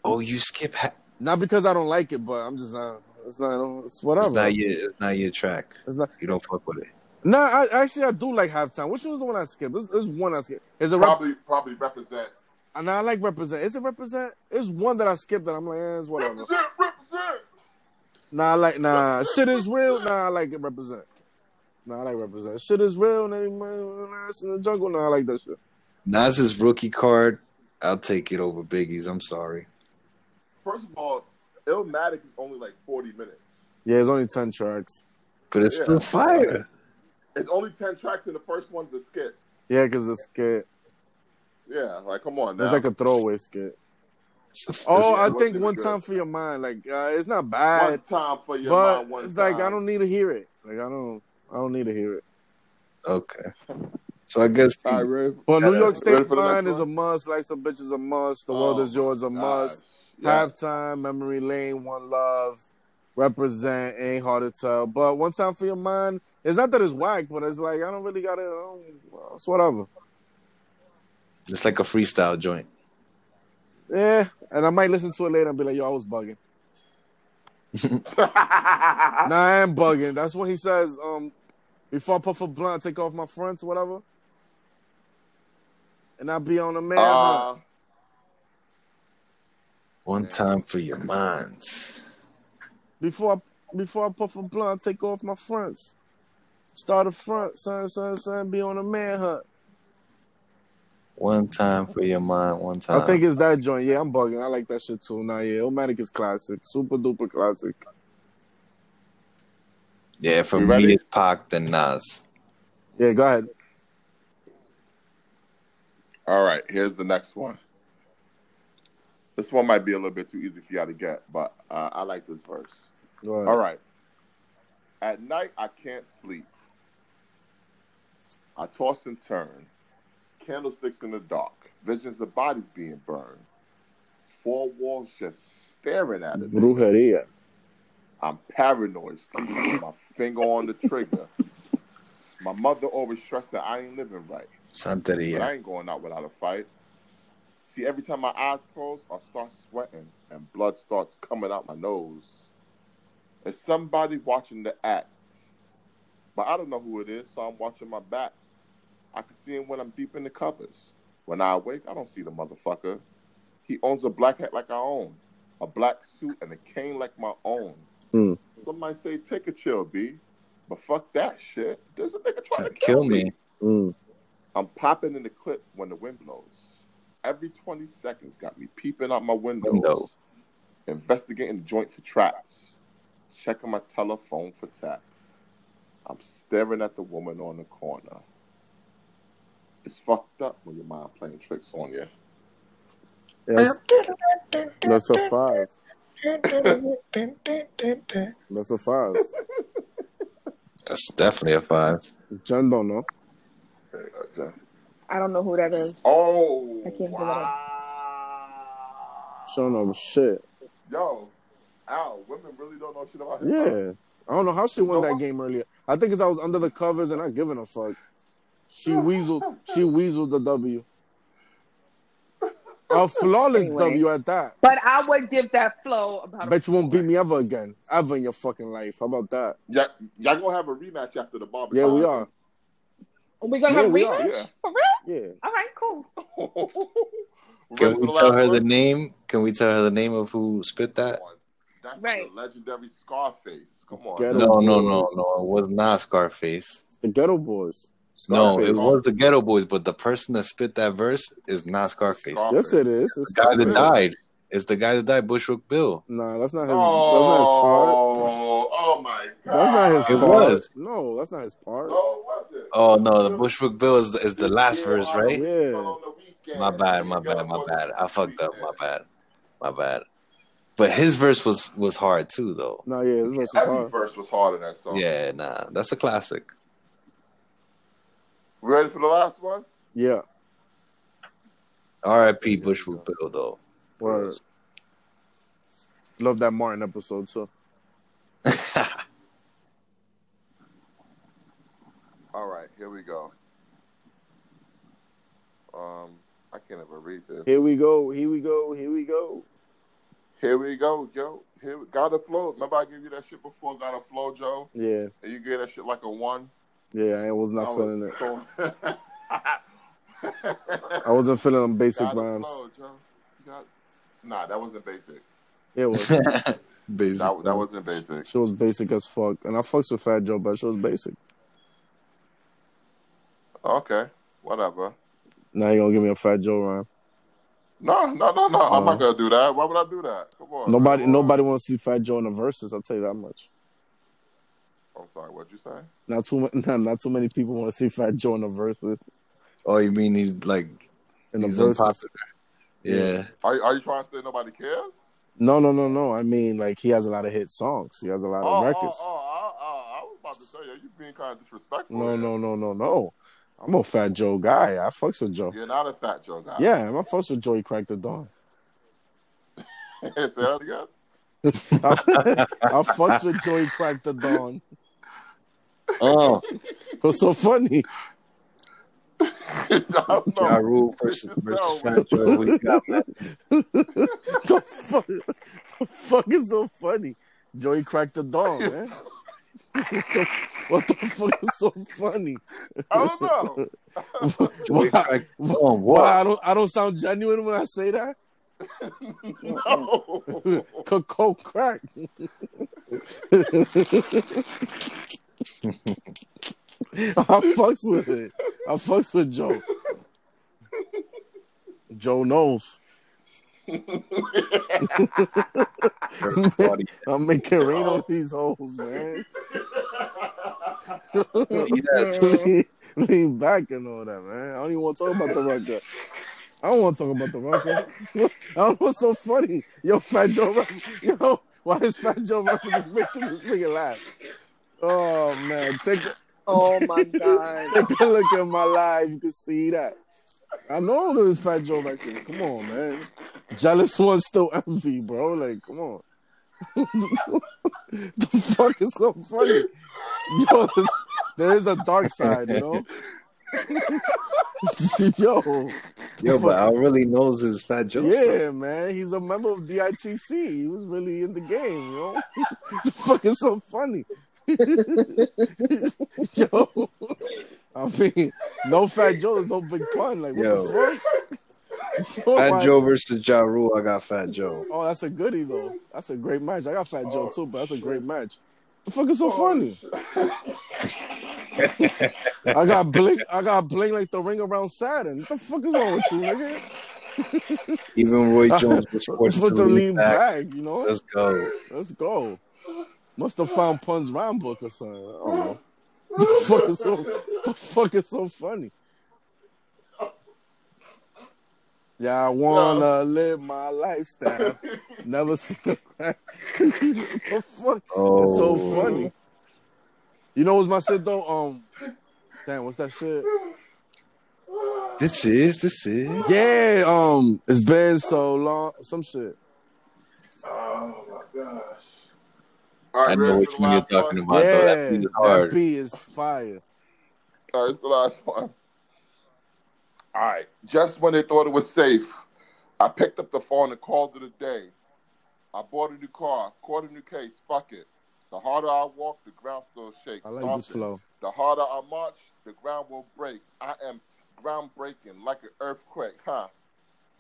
Oh, you skip. Ha- Not because I don't like it, but I'm just uh, it's not it's it's whatever. not your. It's not your track. It's not. You don't fuck with it. Nah, I, actually I do like halftime. Which was the one I skipped? It's, it's one I skipped. Is it rep- Probably, probably represent. and I like represent. Is it represent? It's one that I skipped that I'm like, eh, it's whatever. Represent, represent. Nah, I like nah. Shit is real. Nah, I like it represent. Nah, I like represent. Shit is real. Nah, nah, it's in the jungle. Nah, I like that shit. Nas's rookie card. I'll take it over Biggie's. I'm sorry. First of all, Illmatic is only like 40 minutes. Yeah, it's only ten tracks. But it's Yeah. still fire. It's only 10 tracks, and the first one's a skit. Yeah, cause it's skit. Yeah, like, come on now. It's like a throwaway skit. It's a- Oh, It's- I it think wasn't one good. time for your mind. Like uh, it's not one bad, time for your but mind, one it's time. like I don't need to hear it. Like I don't, I don't need to hear it. okay. So I guess All right, ready? Well, New Yeah. York State Ready of for the Mind next is a one? must. Like some bitches a must. The world Oh, is yours a must. Yeah. Halftime, memory lane, one love. Represent ain't hard to tell, but one time for your mind. It's not that it's whack, but it's like I don't really gotta. I don't, well, it's whatever. it's like a freestyle joint. Yeah, and I might listen to it later and be like, "Yo, I was bugging." Nah, I am bugging. That's what he says. Um, before I puff a blunt, take off my fronts, whatever. And I be on a man hunt. uh, One time for your mind. Before I before I puff a blunt, take off my fronts. Start a front, son, son, son. Be on a man hunt. One time for your mind. One time. I think it's that joint. Yeah, I'm bugging. I like that shit too. Nah, yeah, Omatic is classic, super duper classic. yeah, for We me ready? it's Pac then Nas. Yeah, go ahead. all right, here's the next one. This one might be a little bit too easy for y'all to get, but uh, I like this verse. Go ahead. All right. At night, I can't sleep. I toss and turn. Candlesticks in the dark. Visions of bodies being burned. Four walls just staring at it. Brujeria. I'm paranoid. Sleeping with my finger on the trigger. My mother always stressed that I ain't living right. But Santeria. I ain't going out without a fight. See, every time my eyes close, I start sweating and blood starts coming out my nose. It's somebody watching the act, but I don't know who it is, so I'm watching my back. I can see him when I'm deep in the covers. When I awake, I don't see the motherfucker. He owns a black hat like I own, a black suit and a cane like my own. Hmm. Some might say, take a chill, B. But fuck that shit. There's a nigga trying to Tryna kill, kill me. Mm. I'm popping in the clip when the wind blows. Every 20 seconds got me peeping out my windows, Window. investigating the joint for traps, checking my telephone for taps. I'm staring at the woman on the corner. It's fucked up when your mind playing tricks on you. That's, that's a five. That's a five. That's definitely a five. Jen don't know. I don't know who that is. Oh, I can't give it up. wow. She don't know shit. Yo, Al, women really don't know shit about hip hop. Yeah. I don't know how she You won know that what? game earlier. I think it's I was under the covers and not giving a fuck. She weaseled she weaseled the W. A flawless Anyway. W at that. But I would give that flow about. a Bet you won't four. beat me ever again. Ever in your fucking life. How about that? Y'all, y'all gonna have a rematch after the barber. Yeah, we are. Are we gonna Yeah, have we rematch are, yeah. for real? Yeah. All right, cool. Can we tell her the name? Can we tell her the name of who spit that? That's Right. the legendary Scarface. Come on. Get now. him. No, no, no, no. Boys. It was not Scarface. It's the ghetto boys. No, Scarface. it was the Ghetto Boys, but the person that spit that verse is not Scarface. Scarface. Yes it is. It's The guy that Scarface. died It's the guy that died, Bushwick Bill. Nah, that's not his. Oh, oh my god. That's not his part. That's not his It part. was. No, that's not his part. Oh, was it? Oh no, the Bushwick Bill is the, is the last verse, right? Yeah. My bad, my bad, my bad. I fucked up. My bad, my bad. But his verse was was hard too, though. No, yeah, his verse is Every hard. verse was hard in that song. Yeah, nah, that's a classic. Ready for the last one? Yeah. R.I.P. Bushwick Bill, though. Word. Love that Martin episode too. All right, here we go. Um, I can't even read this. Here we go. Here we go. Here we go. Here we go, Joe. Here, gotta flow. Remember I gave you that shit before, gotta flow, Joe. Yeah. And you gave that shit like a one. Yeah. I was I not feeling it. was so- I wasn't feeling them basic Gotta rhymes. flow, Joe. You got- Nah, that wasn't basic. It was. Basic. That, that wasn't basic. She was basic as fuck, and I fucks with Fat Joe, but she was basic. Okay, whatever. Now you gonna give me a Fat Joe rhyme? No, no, no, no. I'm Uh, not gonna do that. Why would I do that? Come on. Nobody, man. nobody wants to see Fat Joe in the verses. I'll tell you that much. I'm sorry. What'd you say? Not too, not, not too many people want to see Fat Joe in the verses. Oh, you mean he's like In the he's verses. unpopular? Yeah. Are, are you trying to say nobody cares? No, no, no, no. I mean, like he has a lot of hit songs. He has a lot of Oh, oh, records. oh, oh, oh, I was about to tell you, you being kind of disrespectful. No, here. no, no, no, no. I'm a Fat Joe guy. I fucks with Joe. You're not a fat Joe guy. Yeah, I'm a fucks with Joey Crack the Dawn. Say that again. I, I fucks with Joey Crack the Dawn. Oh, What's so funny? I don't Ja know. Rule versus, It's versus so Fat Joe. What you got, man? the fuck, the fuck is so funny? Joey cracked the dog, man. what, the, what the fuck is so funny? I don't know. Joey Why- Crack on Why what? I don't I don't sound genuine when I say that? no. Coco crack. I fucks with it. I fucks with Joe. Joe knows. Everybody. I'm making rain on these hoes, man. Yes. lean, lean back and all that, man. I don't even want to talk about the record. I don't want to talk about the record. I don't know what's so funny. Yo, Fat Joe, ref- yo, why is Fat Joe references making this nigga laugh? Oh man, take a- Oh my god. take a look at my live. You can see that. I know this Fat Joe record. Come on, man. Jealous one still envy, bro. Like, come on. the fuck is so funny? Yo, this, there is a dark side, you know. Yo, Yo, but I really knows his Fat Joe. yeah, stuff. man, he's a member of DITC. He was really in the game, you know. the fuck is so funny, yo. I mean, no fat Joe is no big pun. Like, what Yo. the fuck? Yo, Fat why- Joe versus Ja Rule. I got Fat Joe. Oh, that's a goodie though. That's a great match. I got Fat Joe Oh, too, but that's a shit. great match. The fuck is so Oh, funny? shit. I got blink. I got blink like the ring around Saturn. What the fuck is wrong with you, nigga? Even Roy Jones was forced to Supposed to lean back. you know. Let's go. Let's go. Must have found Pun's rhyme book or something. I don't know. The fuck is so, the fuck is so funny? Yeah, I wanna live my lifestyle. Never seen a crack. the fuck? Oh, It's so funny. You know what's my shit though? Um, damn, what's that shit? This is this is. Yeah, um, it's been so long. Some shit. Oh my gosh. All I know ready which for the one you're last talking Yeah, about. though. Oh, That beat is that hard. beat is fire. All right, it's the last one. All right. Just when they thought it was safe, I picked up the phone and called it a day. I bought a new car, caught a new case. Fuck it. The harder I walk, the ground still shakes. I like Stop this it. flow. The harder I march, the ground will break. I am groundbreaking like an earthquake, huh?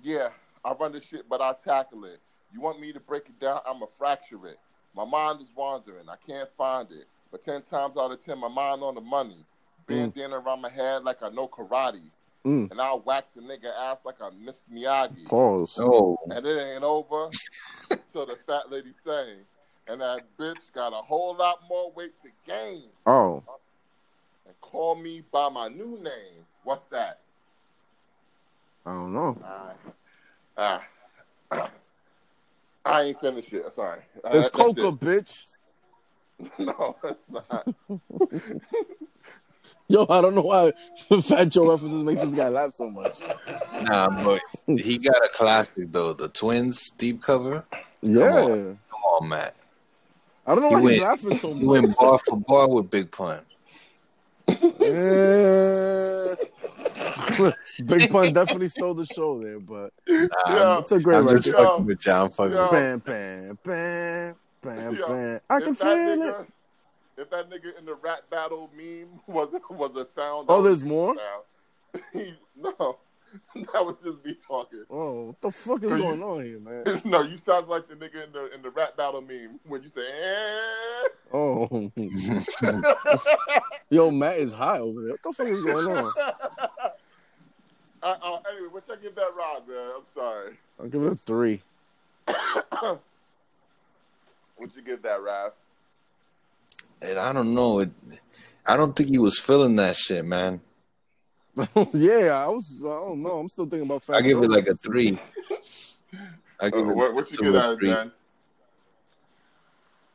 Yeah, I run this shit, but I tackle it. You want me to break it down? I'ma fracture it. My mind is wandering. I can't find it. But ten times out of ten, my mind on the money. Bandana around my head like I know karate. Mm. and I'll wax the nigga ass like a Miss Miyagi. Pause. Oh, and it ain't over till the fat lady sang. And that bitch got a whole lot more weight to gain. Oh, And call me by my new name. What's that? I don't know. Alright. Ah. I ain't finished yet. Sorry. Ah, that- that's It's coca, bitch. it. No, it's not. Um, Yo, I don't know why Fat Joe references make this guy laugh so much. nah, but he got a classic though. The twins deep cover. Yeah, Come on, Matt. I don't know He why he's went- laughing so He much. went bar for bar with Big Pun. Yeah. Big Pun definitely stole the show there, but Yo, it's a great I'm record. just Yo. fucking with you. I'm fucking. Yo. With Bam, bam, bam, bam, Yo, bam. I can if feel that it. nigga, if that nigga in the rap battle meme was was a sound. Oh, that there's would be more? sound. no, that would just be talking. Oh, what the fuck is So you- going on here, man? No, you sound like the nigga in the in the rap battle meme when you say. Eh. Uh, Oh, you. yo, Matt is high over there. What the fuck is going on? uh, uh, anyway, what y'all give that Rod, man? I'm sorry. I'll give it a three. What'd you give that rap? and I don't know. It, I don't think he was feeling that shit, man. yeah, I was. I don't know. I'm still thinking about Fat. I give Joe it like a references. three. I Uh, give it what, what you to give a that, three. Jen?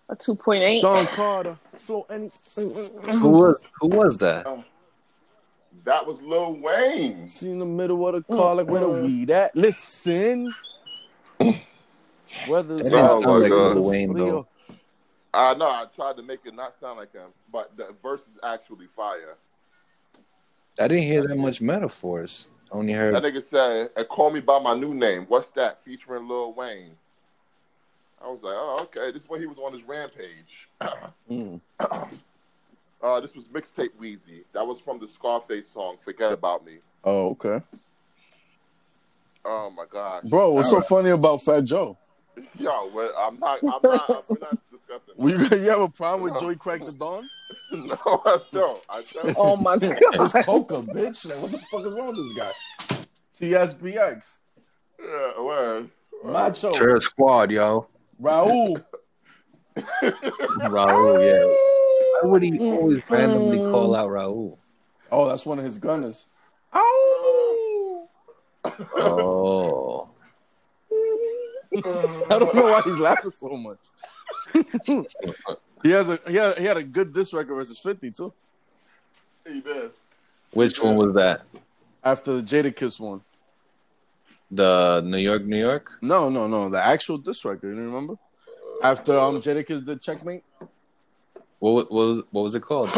A 2.8. Don Carter, flow any. Who was who was that? Uh, that was Lil Wayne. She in the middle of the car, like where the Mm. Mm-mm. weed at? Listen, whether That it's didn't Oh, all my sound like God. Lil Wayne though. I know I tried to make it not sound like him, but the verse is actually fire. I didn't hear that much metaphors. Only That heard nigga said, and call me by my new name. What's that? Featuring Lil Wayne. I was like, oh, okay. This is when he was on his rampage. Mm. Uh, this was mixtape Wheezy. That was from the Scarface song, Forget About Me. Oh, okay, Oh my gosh. bro. What's so funny about Fat Joe? Yo, well, I'm not, I'm not, I'm, we're not discussing Well, that. you you have a problem with Joey Crack the Don? no, I don't. I don't. Oh my It's god. coca, bitch. Like, what the fuck is wrong with this guy? TSBX, Yeah, word. Macho, Terror Squad, yo. Raul. Raul, yeah. Why would he Mm, always randomly mm. call out Raul? Oh, that's one of his gunners. Oh, Oh, I don't know why he's laughing so much. he has a he had, he had a good diss record versus Fifty too. he did. which one was that? After the Jada Kiss one. The New York, New York. No, no, no. The actual diss record. You remember? After um Jadakiss did checkmate. What, wa- what was what was it called?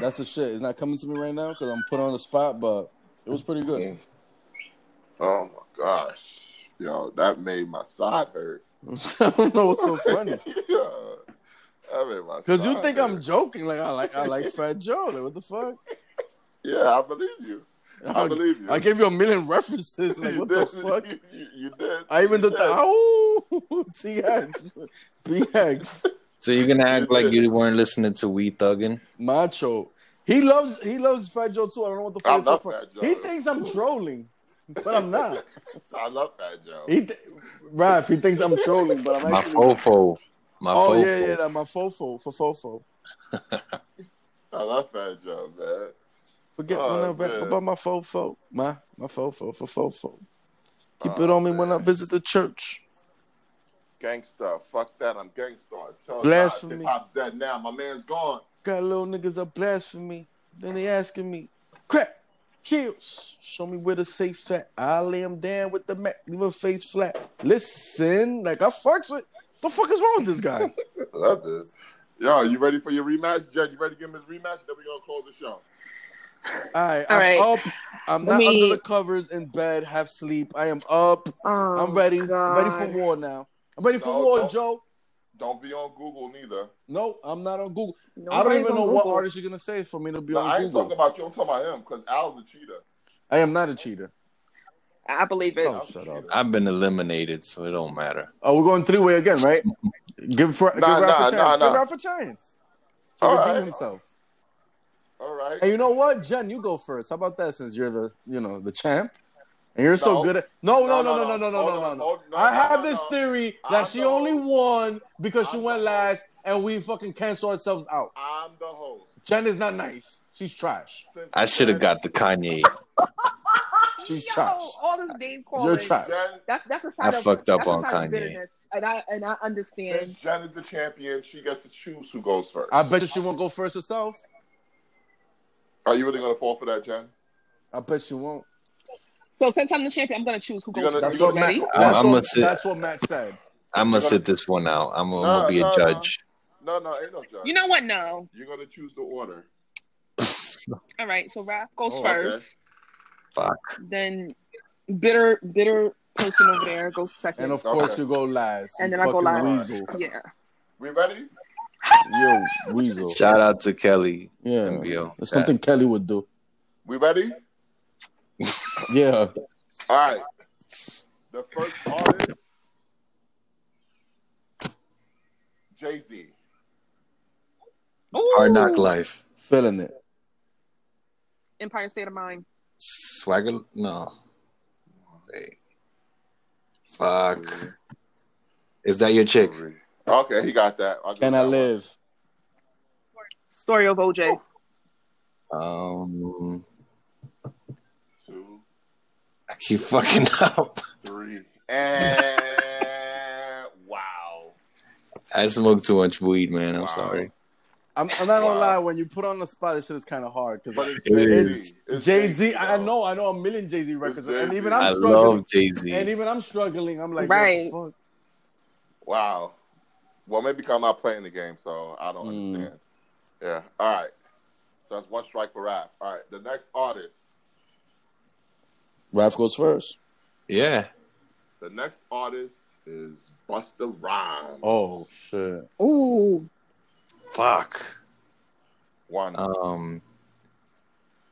That's the shit. It's not coming to me right now because I'm put on the spot, but it was pretty good. Oh my gosh. Yo, that made my side hurt. I don't know what's so funny. yeah. That made my Cause you side think I'm hurt. joking? Like I like I like Fat Joe. Like what the fuck? Yeah, I believe you. I I, believe you. I gave you a million references. Like You what the did. fuck? You, you did. I even You did the oh TX BX So you're gonna act like you weren't listening to We Thuggin'? Macho. He loves he loves Fat Joe too. I don't know what the fuck. I'm is so not fun- Fat Joe. He thinks I'm trolling, but I'm not. I love Fat Joe. He, th- Raph, he thinks I'm trolling, but I'm My actually. fofo, my oh fofo. yeah, yeah, that my fofo for fofo. I love Fat Joe, man. Forget Oh, when I rap man. about my fofo, my my fofo for fofo. Keep it Oh, on me when I man. visit the church. Gangsta, fuck that, I'm gangsta. Tell Blasphemy. God, hip hop's dead now. My man's gone. Got little niggas that blasphemy. Then they asking me, crack, kills. Show me where the safe at. I lay him down with the Mac, leave her face flat. Listen, like I fucks with. The fuck is wrong with this guy? I love this. Yo, you ready for your rematch, Judge? You ready to give him his rematch? Then we gonna close the show. All right, All I'm right. up. I'm Let not me- under the covers in bed, half sleep. I am up. Oh, I'm ready. God. I'm ready for war now. I'm ready for No, war, don't. Joe. Don't be on Google neither. No, I'm not on Google. I don't Nobody's even on know what Google. artist you're gonna say for me to be No, on I ain't Google. talking about you. I'm talking about him because Al's a cheater. I am not a cheater. I believe it. Oh, shut up. I've been eliminated, so it don't matter. Oh, we're going three way again, right? Give Nah, Fra- give Ralph nah, a chance. nah, nah. Give Ralph a chance to All redeem right. himself. All right. right. And you know what, Jen, you go first. How about that? Since you're the you know the champ, and you're so No. good at no no no No, no no, no. no no no Hold no on, no. hold- no, I no, have no, this no. theory that I'm she the only host. won because she I'm went the last, and we fucking cancel ourselves out. I'm the host. Jen is not nice. She's trash. Since I should have Jen- got the Kanye. She's Yo, trash. all this name calling. You're trash. Jen, That's that's a I side of fucked up that's on a side Kanye. of bitterness, and I and I understand. since Jen is the champion, she gets to choose who goes first. I bet you she won't go first herself. Are you really gonna fall for that, Jen? I bet she won't. So since I'm the champion, I'm gonna choose who You goes gonna- That's first. you what gonna- Matt. Ready? That's I'ma what, sit- that's what Matt said. I'm gonna You're sit this one out. I'm gonna, No, be a no, no. judge. No, no, ain't no judge. You know what? No. You're gonna choose the order. All right. So Raph goes Oh, okay. first. Fuck. Then bitter bitter person over there goes second, And and, of course Okay. you go last. you then I go fucking last. Weasel. Yeah. We ready? Yo, weasel. Shout out to Kelly. Yeah. MBO. That's something Kelly would do. We ready? Yeah. All right. The first artist, Jay Z. Ooh, Hard knock life. Feeling it. Empire State of Mind. Swagger. No. Wait. Fuck. Is that your chick? Okay, he got that. I'll give Can him I that live? Story of OJ. Um, one. I keep fucking up. Two, three, and wow. I smoked too much weed, man. I'm Wow. sorry. I'm, I'm not Wow. gonna lie. When you put on the spot, this shit is kind of hard. But Because it's It Jay is. Z. It's Jay Z, I though. know, I know a million Jay Z records, and Jay-Z. even i I'm struggling. love Jay and Z. even I'm struggling. I'm like, Right. What the fuck? Wow. Well, maybe 'cause I'm not playing the game, so I don't Mm. understand. Yeah. All right. So that's one strike for rap. All right. The next artist. Raph goes first. Yeah. The next artist is Busta Rhymes. Oh shit. Ooh. Fuck. One, Uh, Um.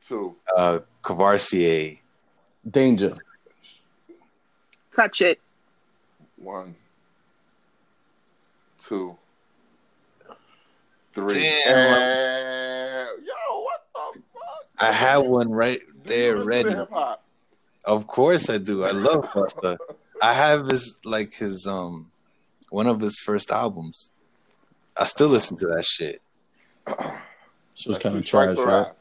two. Uh. Cavarcier. Danger. Touch it. One, two, three. Damn. And... Yo, what the fuck? I had one right Do you there listen to ready. hip-hop? Of course I do. I love Busta. I have his like his um one of his first albums. I still listen to that shit. She was That's kind two of strikes trash, for right? rap.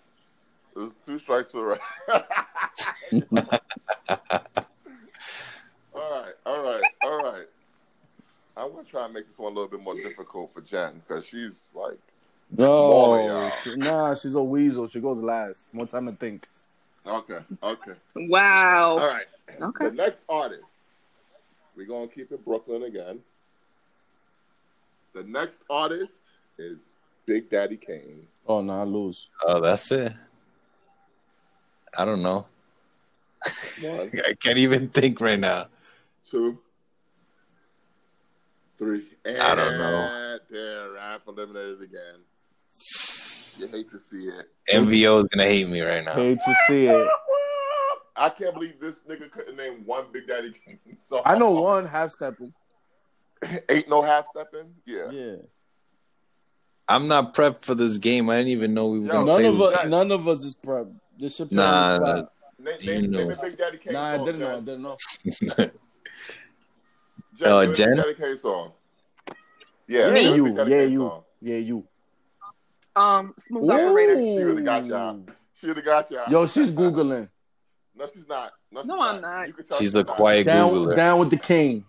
It was two strikes for rap. all right, all right, all right. I'm gonna try and make this one a little bit more difficult for Jen because she's like, Smaller, No, y'all. she- nah, she's a weasel. She goes last. More time to think. okay, okay, all Wow. right. Okay. The next artist, we're gonna keep it Brooklyn again. The next artist is Big Daddy Kane. Oh no, I lose. Oh, that's it. I don't know. One, I can't even think right now. two, three, and I don't know. There, rap eliminated again. You hate to see it. MVO is gonna hate me right now. Hate to see it. I can't believe this nigga couldn't name one Big Daddy Kane song. I know one half stepping. Ain't no half stepping. Yeah. Yeah. I'm not prepped for this game. I didn't even know we were Yo, gonna None play. of this. us. None of us is prep. This shit put Nah, on the spot. Name, You name, know. name a Big Daddy Kane Nah, I song. didn't know. I Jen. didn't know. Jen, Uh, name a Jen? Big Daddy Kane song. Yeah. Yeah, name a you. Big Daddy Yeah, Kane you. song. Yeah, you. Um, smooth operator. She would've got y'all. She would have got you. Yo, she's googling. No, she's not. No, she's No, not. I'm not. You can tell She's a not. quiet Down, Googler. down with the king.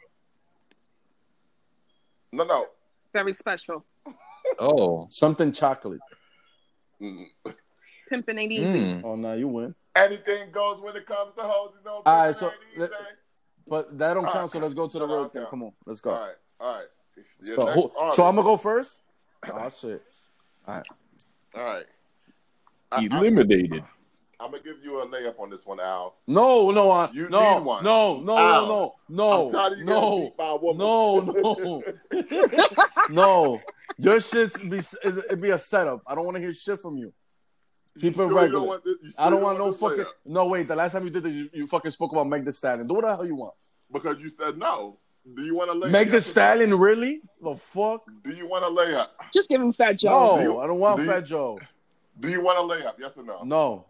No, no. Very special. Oh, Something chocolate. Mm. Pimpin' ain't easy. mm. Oh no, you win. Anything goes when it comes to hoes. You know. All right, so baby, let- say. But that don't All count. right. So let's go to the No, no, real okay. thing. Come on, let's go. all right, all right. Let's Your go. next Who- artist- so I'm gonna go first. Oh shit. All right. eliminated. I'm gonna give you a layup on this one, Al. No, no, I, You no, need one. no, no, Ow. no, I'm tired of no, you getting no, beat by a woman. no, no, no. Your shit be it be a setup. I don't want to hear shit from you. You Keep it sure you regular. don't want this- you sure I don't you want no this fucking. layup? No, wait. The last time you did this, you, you fucking spoke about Meg the Stallion. Do what the hell you want. because you said no. Do you want a layup? Meg the Yes, Stallion, really? The fuck? Do you want a layup? Just give him Fat Joe. Mm. No, Do you- I don't want do you- Fat Joe. Do you want a layup? Yes or no? No,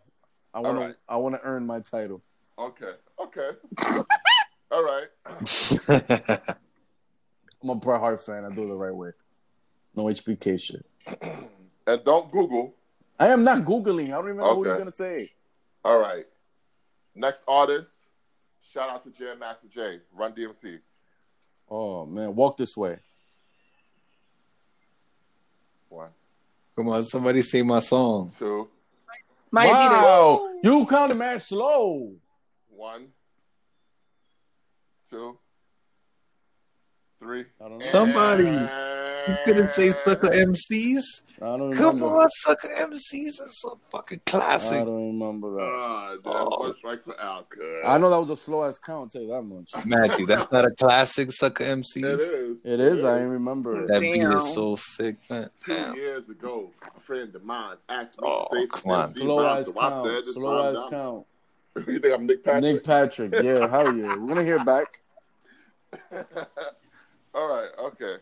I want right. to. I want to earn my title. Okay. Okay. All right. I'm a Bret Hart fan. I do it the right way. No HBK shit. And don't Google. I am not googling. I don't even know who Okay. you're gonna say. All right. Next artist. Shout out to Jam Master J. Run DMC. Oh man, walk this way. One, Come on, somebody sing my song. two, Maya wow, you kind of man slow. one, two, three. I don't know. Somebody. You You couldn't say sucker MCs. I don't Come remember. on, sucker MCs. That's a fucking I classic. don't remember that. Ah, that Oh. was right for Al. Good. I know that was a slow ass count. I'll tell you that much. Uh, Matthew, that's not a classic, sucker It MCs. is. It is. I ain't remember it. That beat Damn. is so sick, man. Two Damn. years ago, a friend of mine asked me Oh, to say come on. some Slow rhymes, ass so I count. said this Slow ass rhyme down. count. You think I'm Nick Nick Patrick? Patrick. Yeah, hell yeah. We're gonna hear back. All right, okay.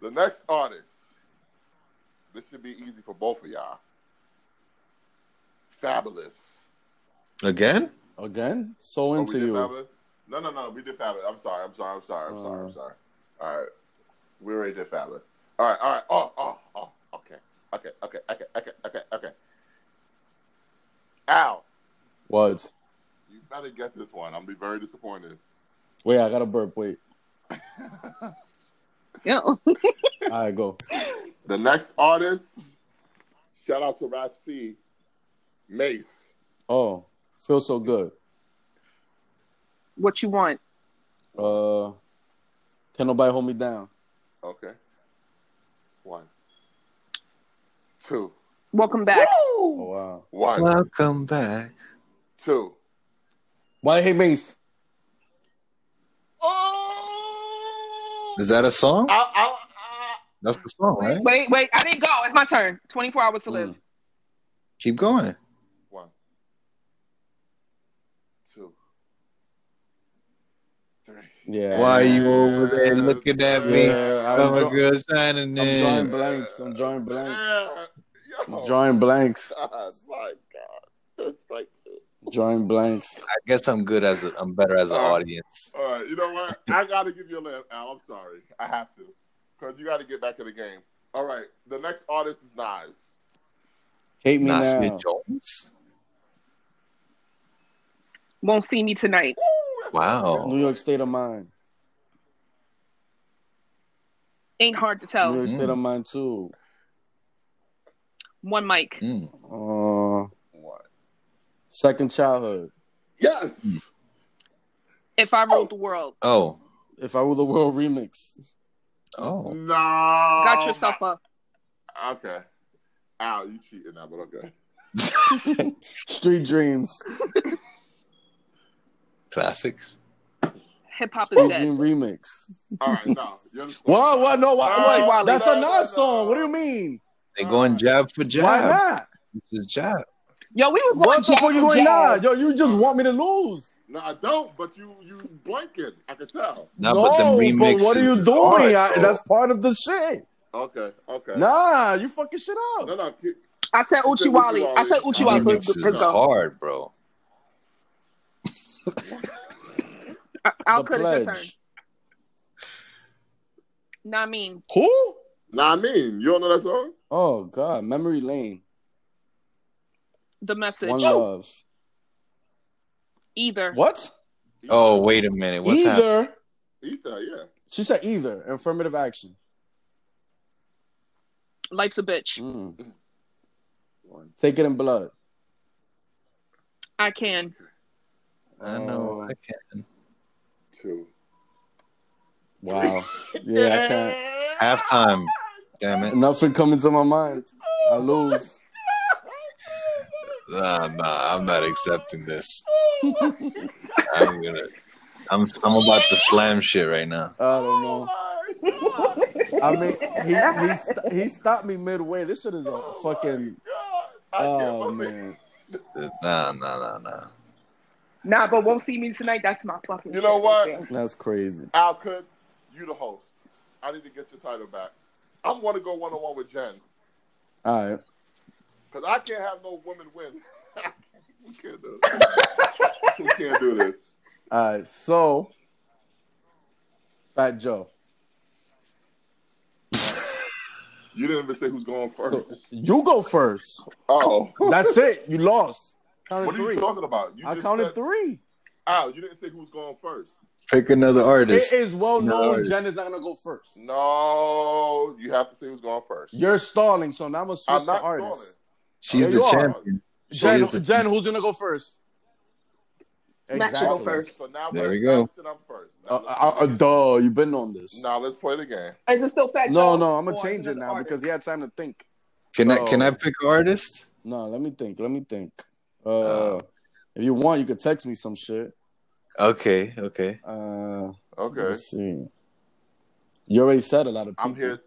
The next artist. This should be easy for both of y'all. Fabulous. Again? Again? So Oh, we into did you. Fabulous? No, no, no. We did Fabulous. I'm sorry. I'm sorry. I'm sorry. I'm sorry. I'm Uh. sorry. All right. We already did Fabulous. All right. All right. Oh, oh, oh. Okay. Okay. Okay. Okay. Okay. Okay. Okay. Al, What? you better get this one. I'm gonna be very disappointed. Wait, I got a burp. Wait. Yeah. All right, go. The next artist, shout out to Rap C, Mace. Oh, feel so good. What you want? Uh, can nobody hold me down? Okay. One, two, Welcome back. Oh wow. one, Welcome back. two. Why hey Mace? Oh! Is that a song? I, I, I, That's the song, right? Wait, wait. I didn't go. It's my turn. 24 hours to live. Mm. Keep going. one, two, three. Yeah. Why you over there Yeah. looking at me? Yeah, I'm I'm a drawing- girl shining I'm drawing in. blanks. I'm drawing blanks. Yeah. I'm Yo. drawing blanks. God, my God. That's right, too. Drawing blanks. I guess I'm good as a, I'm better as an Uh, audience. All right, you know what? I got to give you a laugh, Al. I'm sorry. I have to. Because you got to get back in the game. All right, the next artist is Nas. Hate me Nasir now. Jones. Won't see me tonight. Wow. New York State of Mind. Ain't hard to New tell. York State of Mind too. One mic. Mm. Uh, What? second childhood. Yes. If I ruled the world, Oh. If I were the world remix. Oh. No. Oh got yourself up. Okay. Al, you cheating now, but okay. Street Dreams. Classics. Hip hop is Street dead. Dream remix. All right, no. You're the score. What? What? No. What? No, what? Wale. That's No, another no, no. song. What do you mean? They going jab for jab. Uh, Why not? This is jab. Yo, we was going What the jab fuck you for going now? jab. Yo, you just want me to lose. No, I don't, but you you blanking. I can tell. Nah, no, but them but remixes what are you is doing? hard, I, bro. that's part of the shit. Okay, okay. Nah, you fucking shit No, up. no. keep- I said You said Uchiwali. Uchiwali. I said Them Uchiwali, so it's good. remixes Let's is go. hard, bro. I- I'll the cut it. Your turn. pledge. Nah, I mean, Who? Nah, I mean, you don't know that song? Oh God, Memory Lane. the message. One Love. Either. What? Oh, wait a minute. What's happening? either. Ether, yeah. She said either. Affirmative action. Life's a bitch. Mm. One. Take it in blood. I can. I know. Oh, I can. Two. wow. Yeah, I can't. Halftime. Damn it. Nothing coming to my mind. I Oh lose. Nah, nah. I'm not accepting this. I'm gonna. I'm. I'm about to slam shit right now. I don't know. I mean, he he, st- he stopped me midway. This shit is a fucking. Oh man. Nah, nah, nah, nah. Nah, but won't see me tonight. That's my fucking. You know shit what? right there. That's crazy. Al Cook, you the host. I need to get your title back. I'm going to go one on one with Jen. All right. Because I can't have no women win. we can't do this. we can't do this. All right, so Fat Joe, You didn't even say who's going first. you go first. Oh. That's it. You lost. Counted What are three. you talking about? You I just counted said- three. Al, you didn't say who's going first. Pick another It artist. is well No. known. Jen is not gonna go first. No, you have to say who's going first. You're stalling, so now I'm gonna switch I'm the not artist. calling. She's There the you are. champion. She Jen, is the- Jen, who's gonna go first? Matt should go first. So now There let's- we go. now Since I'm first. Now, Uh, let's uh, uh, play the game. duh, you've been on this. Now let's play the game. Is it still Fat no, Joe? no, I'm or gonna is change it another now because artist? he had time to think. Can I can I So- pick an artist? No, let me think. Let me think. Uh, Uh. if you want, you could text me some shit. Okay, okay. Uh, Okay. let's see. You already said a lot of people. I'm here.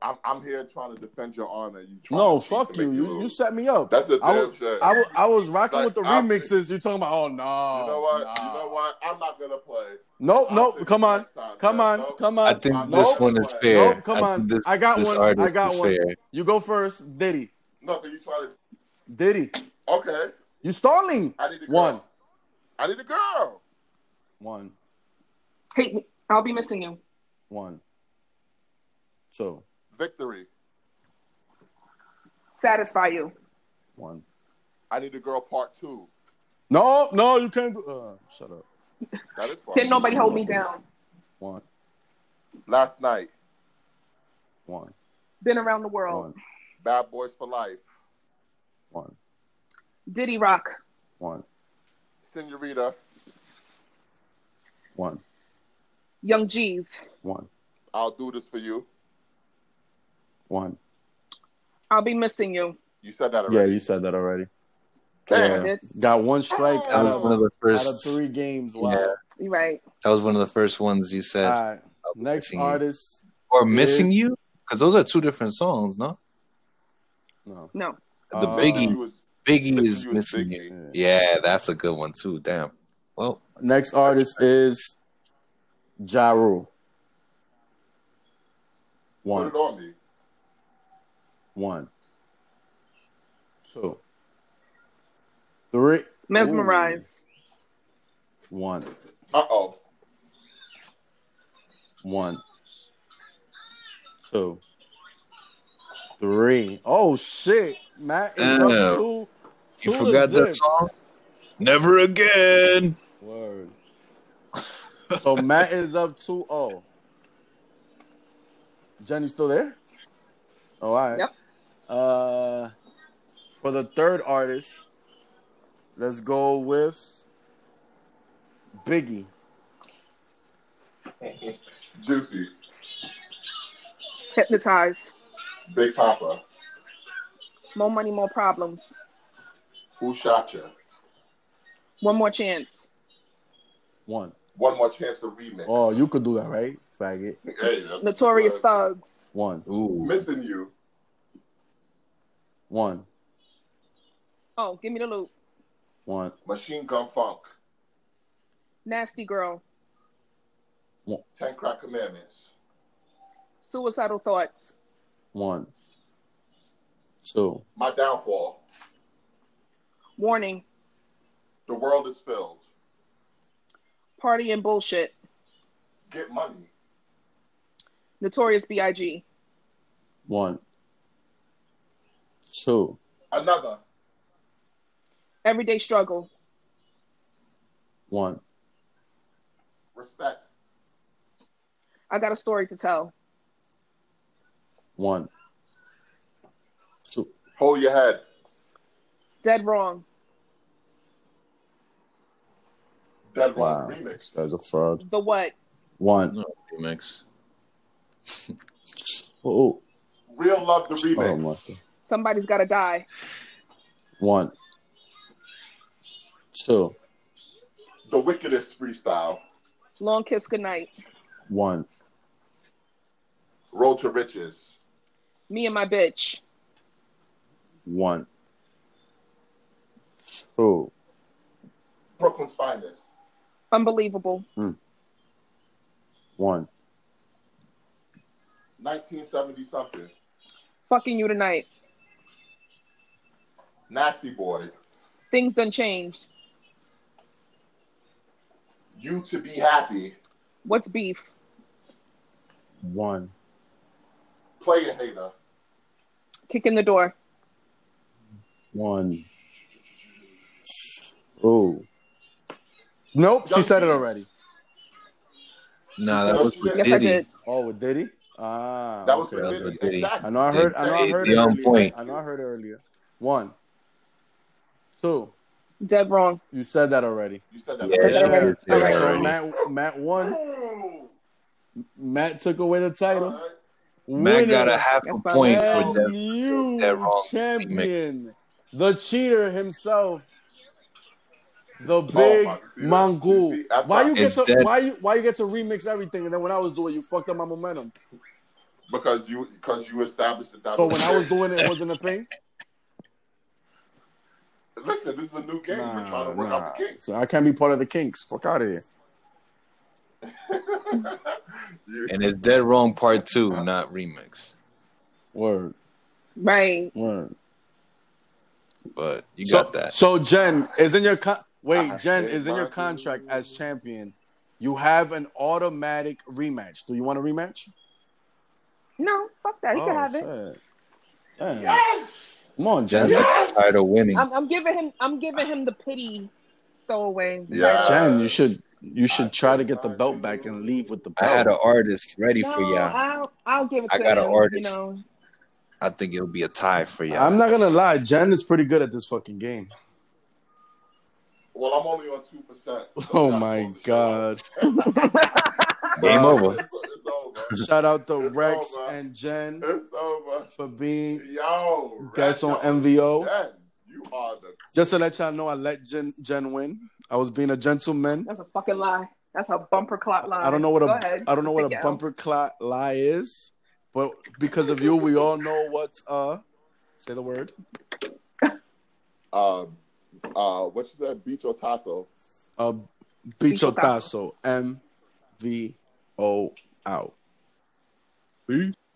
I'm, I'm here trying to defend your honor. You trying No, to cheat fuck to you. make You, you lose. set me up. That's a I damn was- shame. I was, I was rocking Like, with the I'm- remixes. You're talking about, oh no. you know what? nah. You know what? I'm not gonna play. Nope, I'll nope. pick Come it on, next time, come man. on, Nope. come I on. think I'm this not one gonna is play. fair. Nope, Uh, come I think on. this- I got this one. artist I got is one. fair. You go first, Diddy. No, can you try to? Diddy, Okay, you stalling. I need a girl. One, I need a girl. one, Hate me. I'll be missing you. one, two, Victory. Satisfy you. one. I need a girl. Part two. No, no, you can't. do- Uh, shut up. That is part Can two. nobody hold me down? One, Last night. one, Been around the world. one, Bad boys for life. one, Diddy Rock. one, Senorita. one, Young G's. one, I'll do this for you. one. I'll be missing you. You said that Yeah, already. you said that already. Damn. I did. Got one strike That out was one of, Oh. of the out of first. three games. Wow. Yeah. You're right. That was one of the first ones you All said. right. I'll be Next missing you. artist. or missing Uh, is- you because those are two different songs. No, No. No. the Uh, You Biggie was Biggie Missing is You is missing Biggie. you. Yeah, that's a good one too. Damn. Well, Next artist is Ja Rule. put One, it on me. one, two, three, Mesmerize. one, Uh oh. one, two, three. Oh shit, Matt is Damn. up two. you two to forgot that zip. song. Never again. Word. so Matt is up 2 0. Jenny still there? Oh, all right. Yep. Uh, for the third artist, let's go with Biggie. Juicy. Hypnotize. Big Papa. More money, more problems. Who shot you? One more chance. One. One more chance to remix. Oh, you could do that, right? Faggot. Hey, that's- Notorious uh, Thugs. One. Ooh, Missing you. One. Oh, give me the loop. One. Machine Gun Funk. Nasty Girl. Ten Crack Commandments. Suicidal Thoughts. One. Two. My Downfall. Warning. The World is Filled. Party and Bullshit. Get Money. Notorious B.I.G. One. Two. Another. Everyday Struggle. One. Respect. I got a story to tell. One. Two. Hold Your Head. Dead Wrong. Dead Wrong Wow. This Remix. guy's a fraud. The What. One. no remix. Oh, Real Love the oh Remix. my God. Somebody's Gotta Die. One. Two. the Wickedest Freestyle. Long Kiss Goodnight. One. Road to Riches. Me and My Bitch. One. Two. Brooklyn's Finest. Unbelievable. One. 1970 something. Fucking You Tonight. Nasty boy, Things done changed. you to be happy. What's beef? One. Play a hater. Kick in the door. One. Oh. Nope, she said it already. Nah, that was with Yes, I Diddy. did. Oh, with Diddy? Ah. That was okay. for That was Diddy. for Diddy. I Exactly. know I heard I know I They- heard they it on earlier. point. I know I heard it earlier. One. Two. Dead wrong. You said that already. You said that. Yeah, Said she that already. did say that Alright. So already. Matt Matt won. Boom. Matt took away the All title. right. Matt got a Winner. half That's a fine. point Hell, for that. you that wrong champion, the cheater himself, the Oh, big fuck, you see that? Mongol. You see, I why thought- you get It's to dead. why you why you get to remix everything and then when I was doing it, you fucked up my momentum. Because you because you established that. that So when was- I was doing it, it wasn't a thing. listen, this is a new game. We're trying to Nah, work nah. out the kinks. So I can't be part of the kinks. Fuck out of here. You- And it's Dead Wrong Part 2, not remix. Word, Right. word. But you so, got that. Ah, So Jen is in your con- I wait. Jen hate is in your my contract dude. as champion. You have an automatic rematch. Do you want a rematch? Oh, No, fuck that. He can have it. shit. Damn. yes. Come on, Jen. Jen's yes! title winning. I'm, I'm giving him. I'm giving him the pity throwaway. Yeah. title. Jen, you should you I should try to think get the I belt do. back and leave with the I had belt. an artist ready No, for y'all. I'll I'll give it to I got an him. artist. You know, I think it'll be a tie for y'all. I'm not gonna lie, Jen is pretty good at this fucking game. Well, I'm only on two percent. Oh my god! Game over. It's, it's over. Shout out to It's Rex over. and Jen It's over. for being Yo, Guys Ratchet on MVO. Zen, You are the just to let y'all know. I let Jen Jen win. I was being a gentleman. that's a fucking lie. That's a bumper clock lie. I don't know what Go a ahead. I don't know what Take it a out. bumper clot lie is, but because of you, we all know what's uh. Say the word. um uh what you said, Beach or Tasso. Uh, Bichotazo. M V O out. Peace.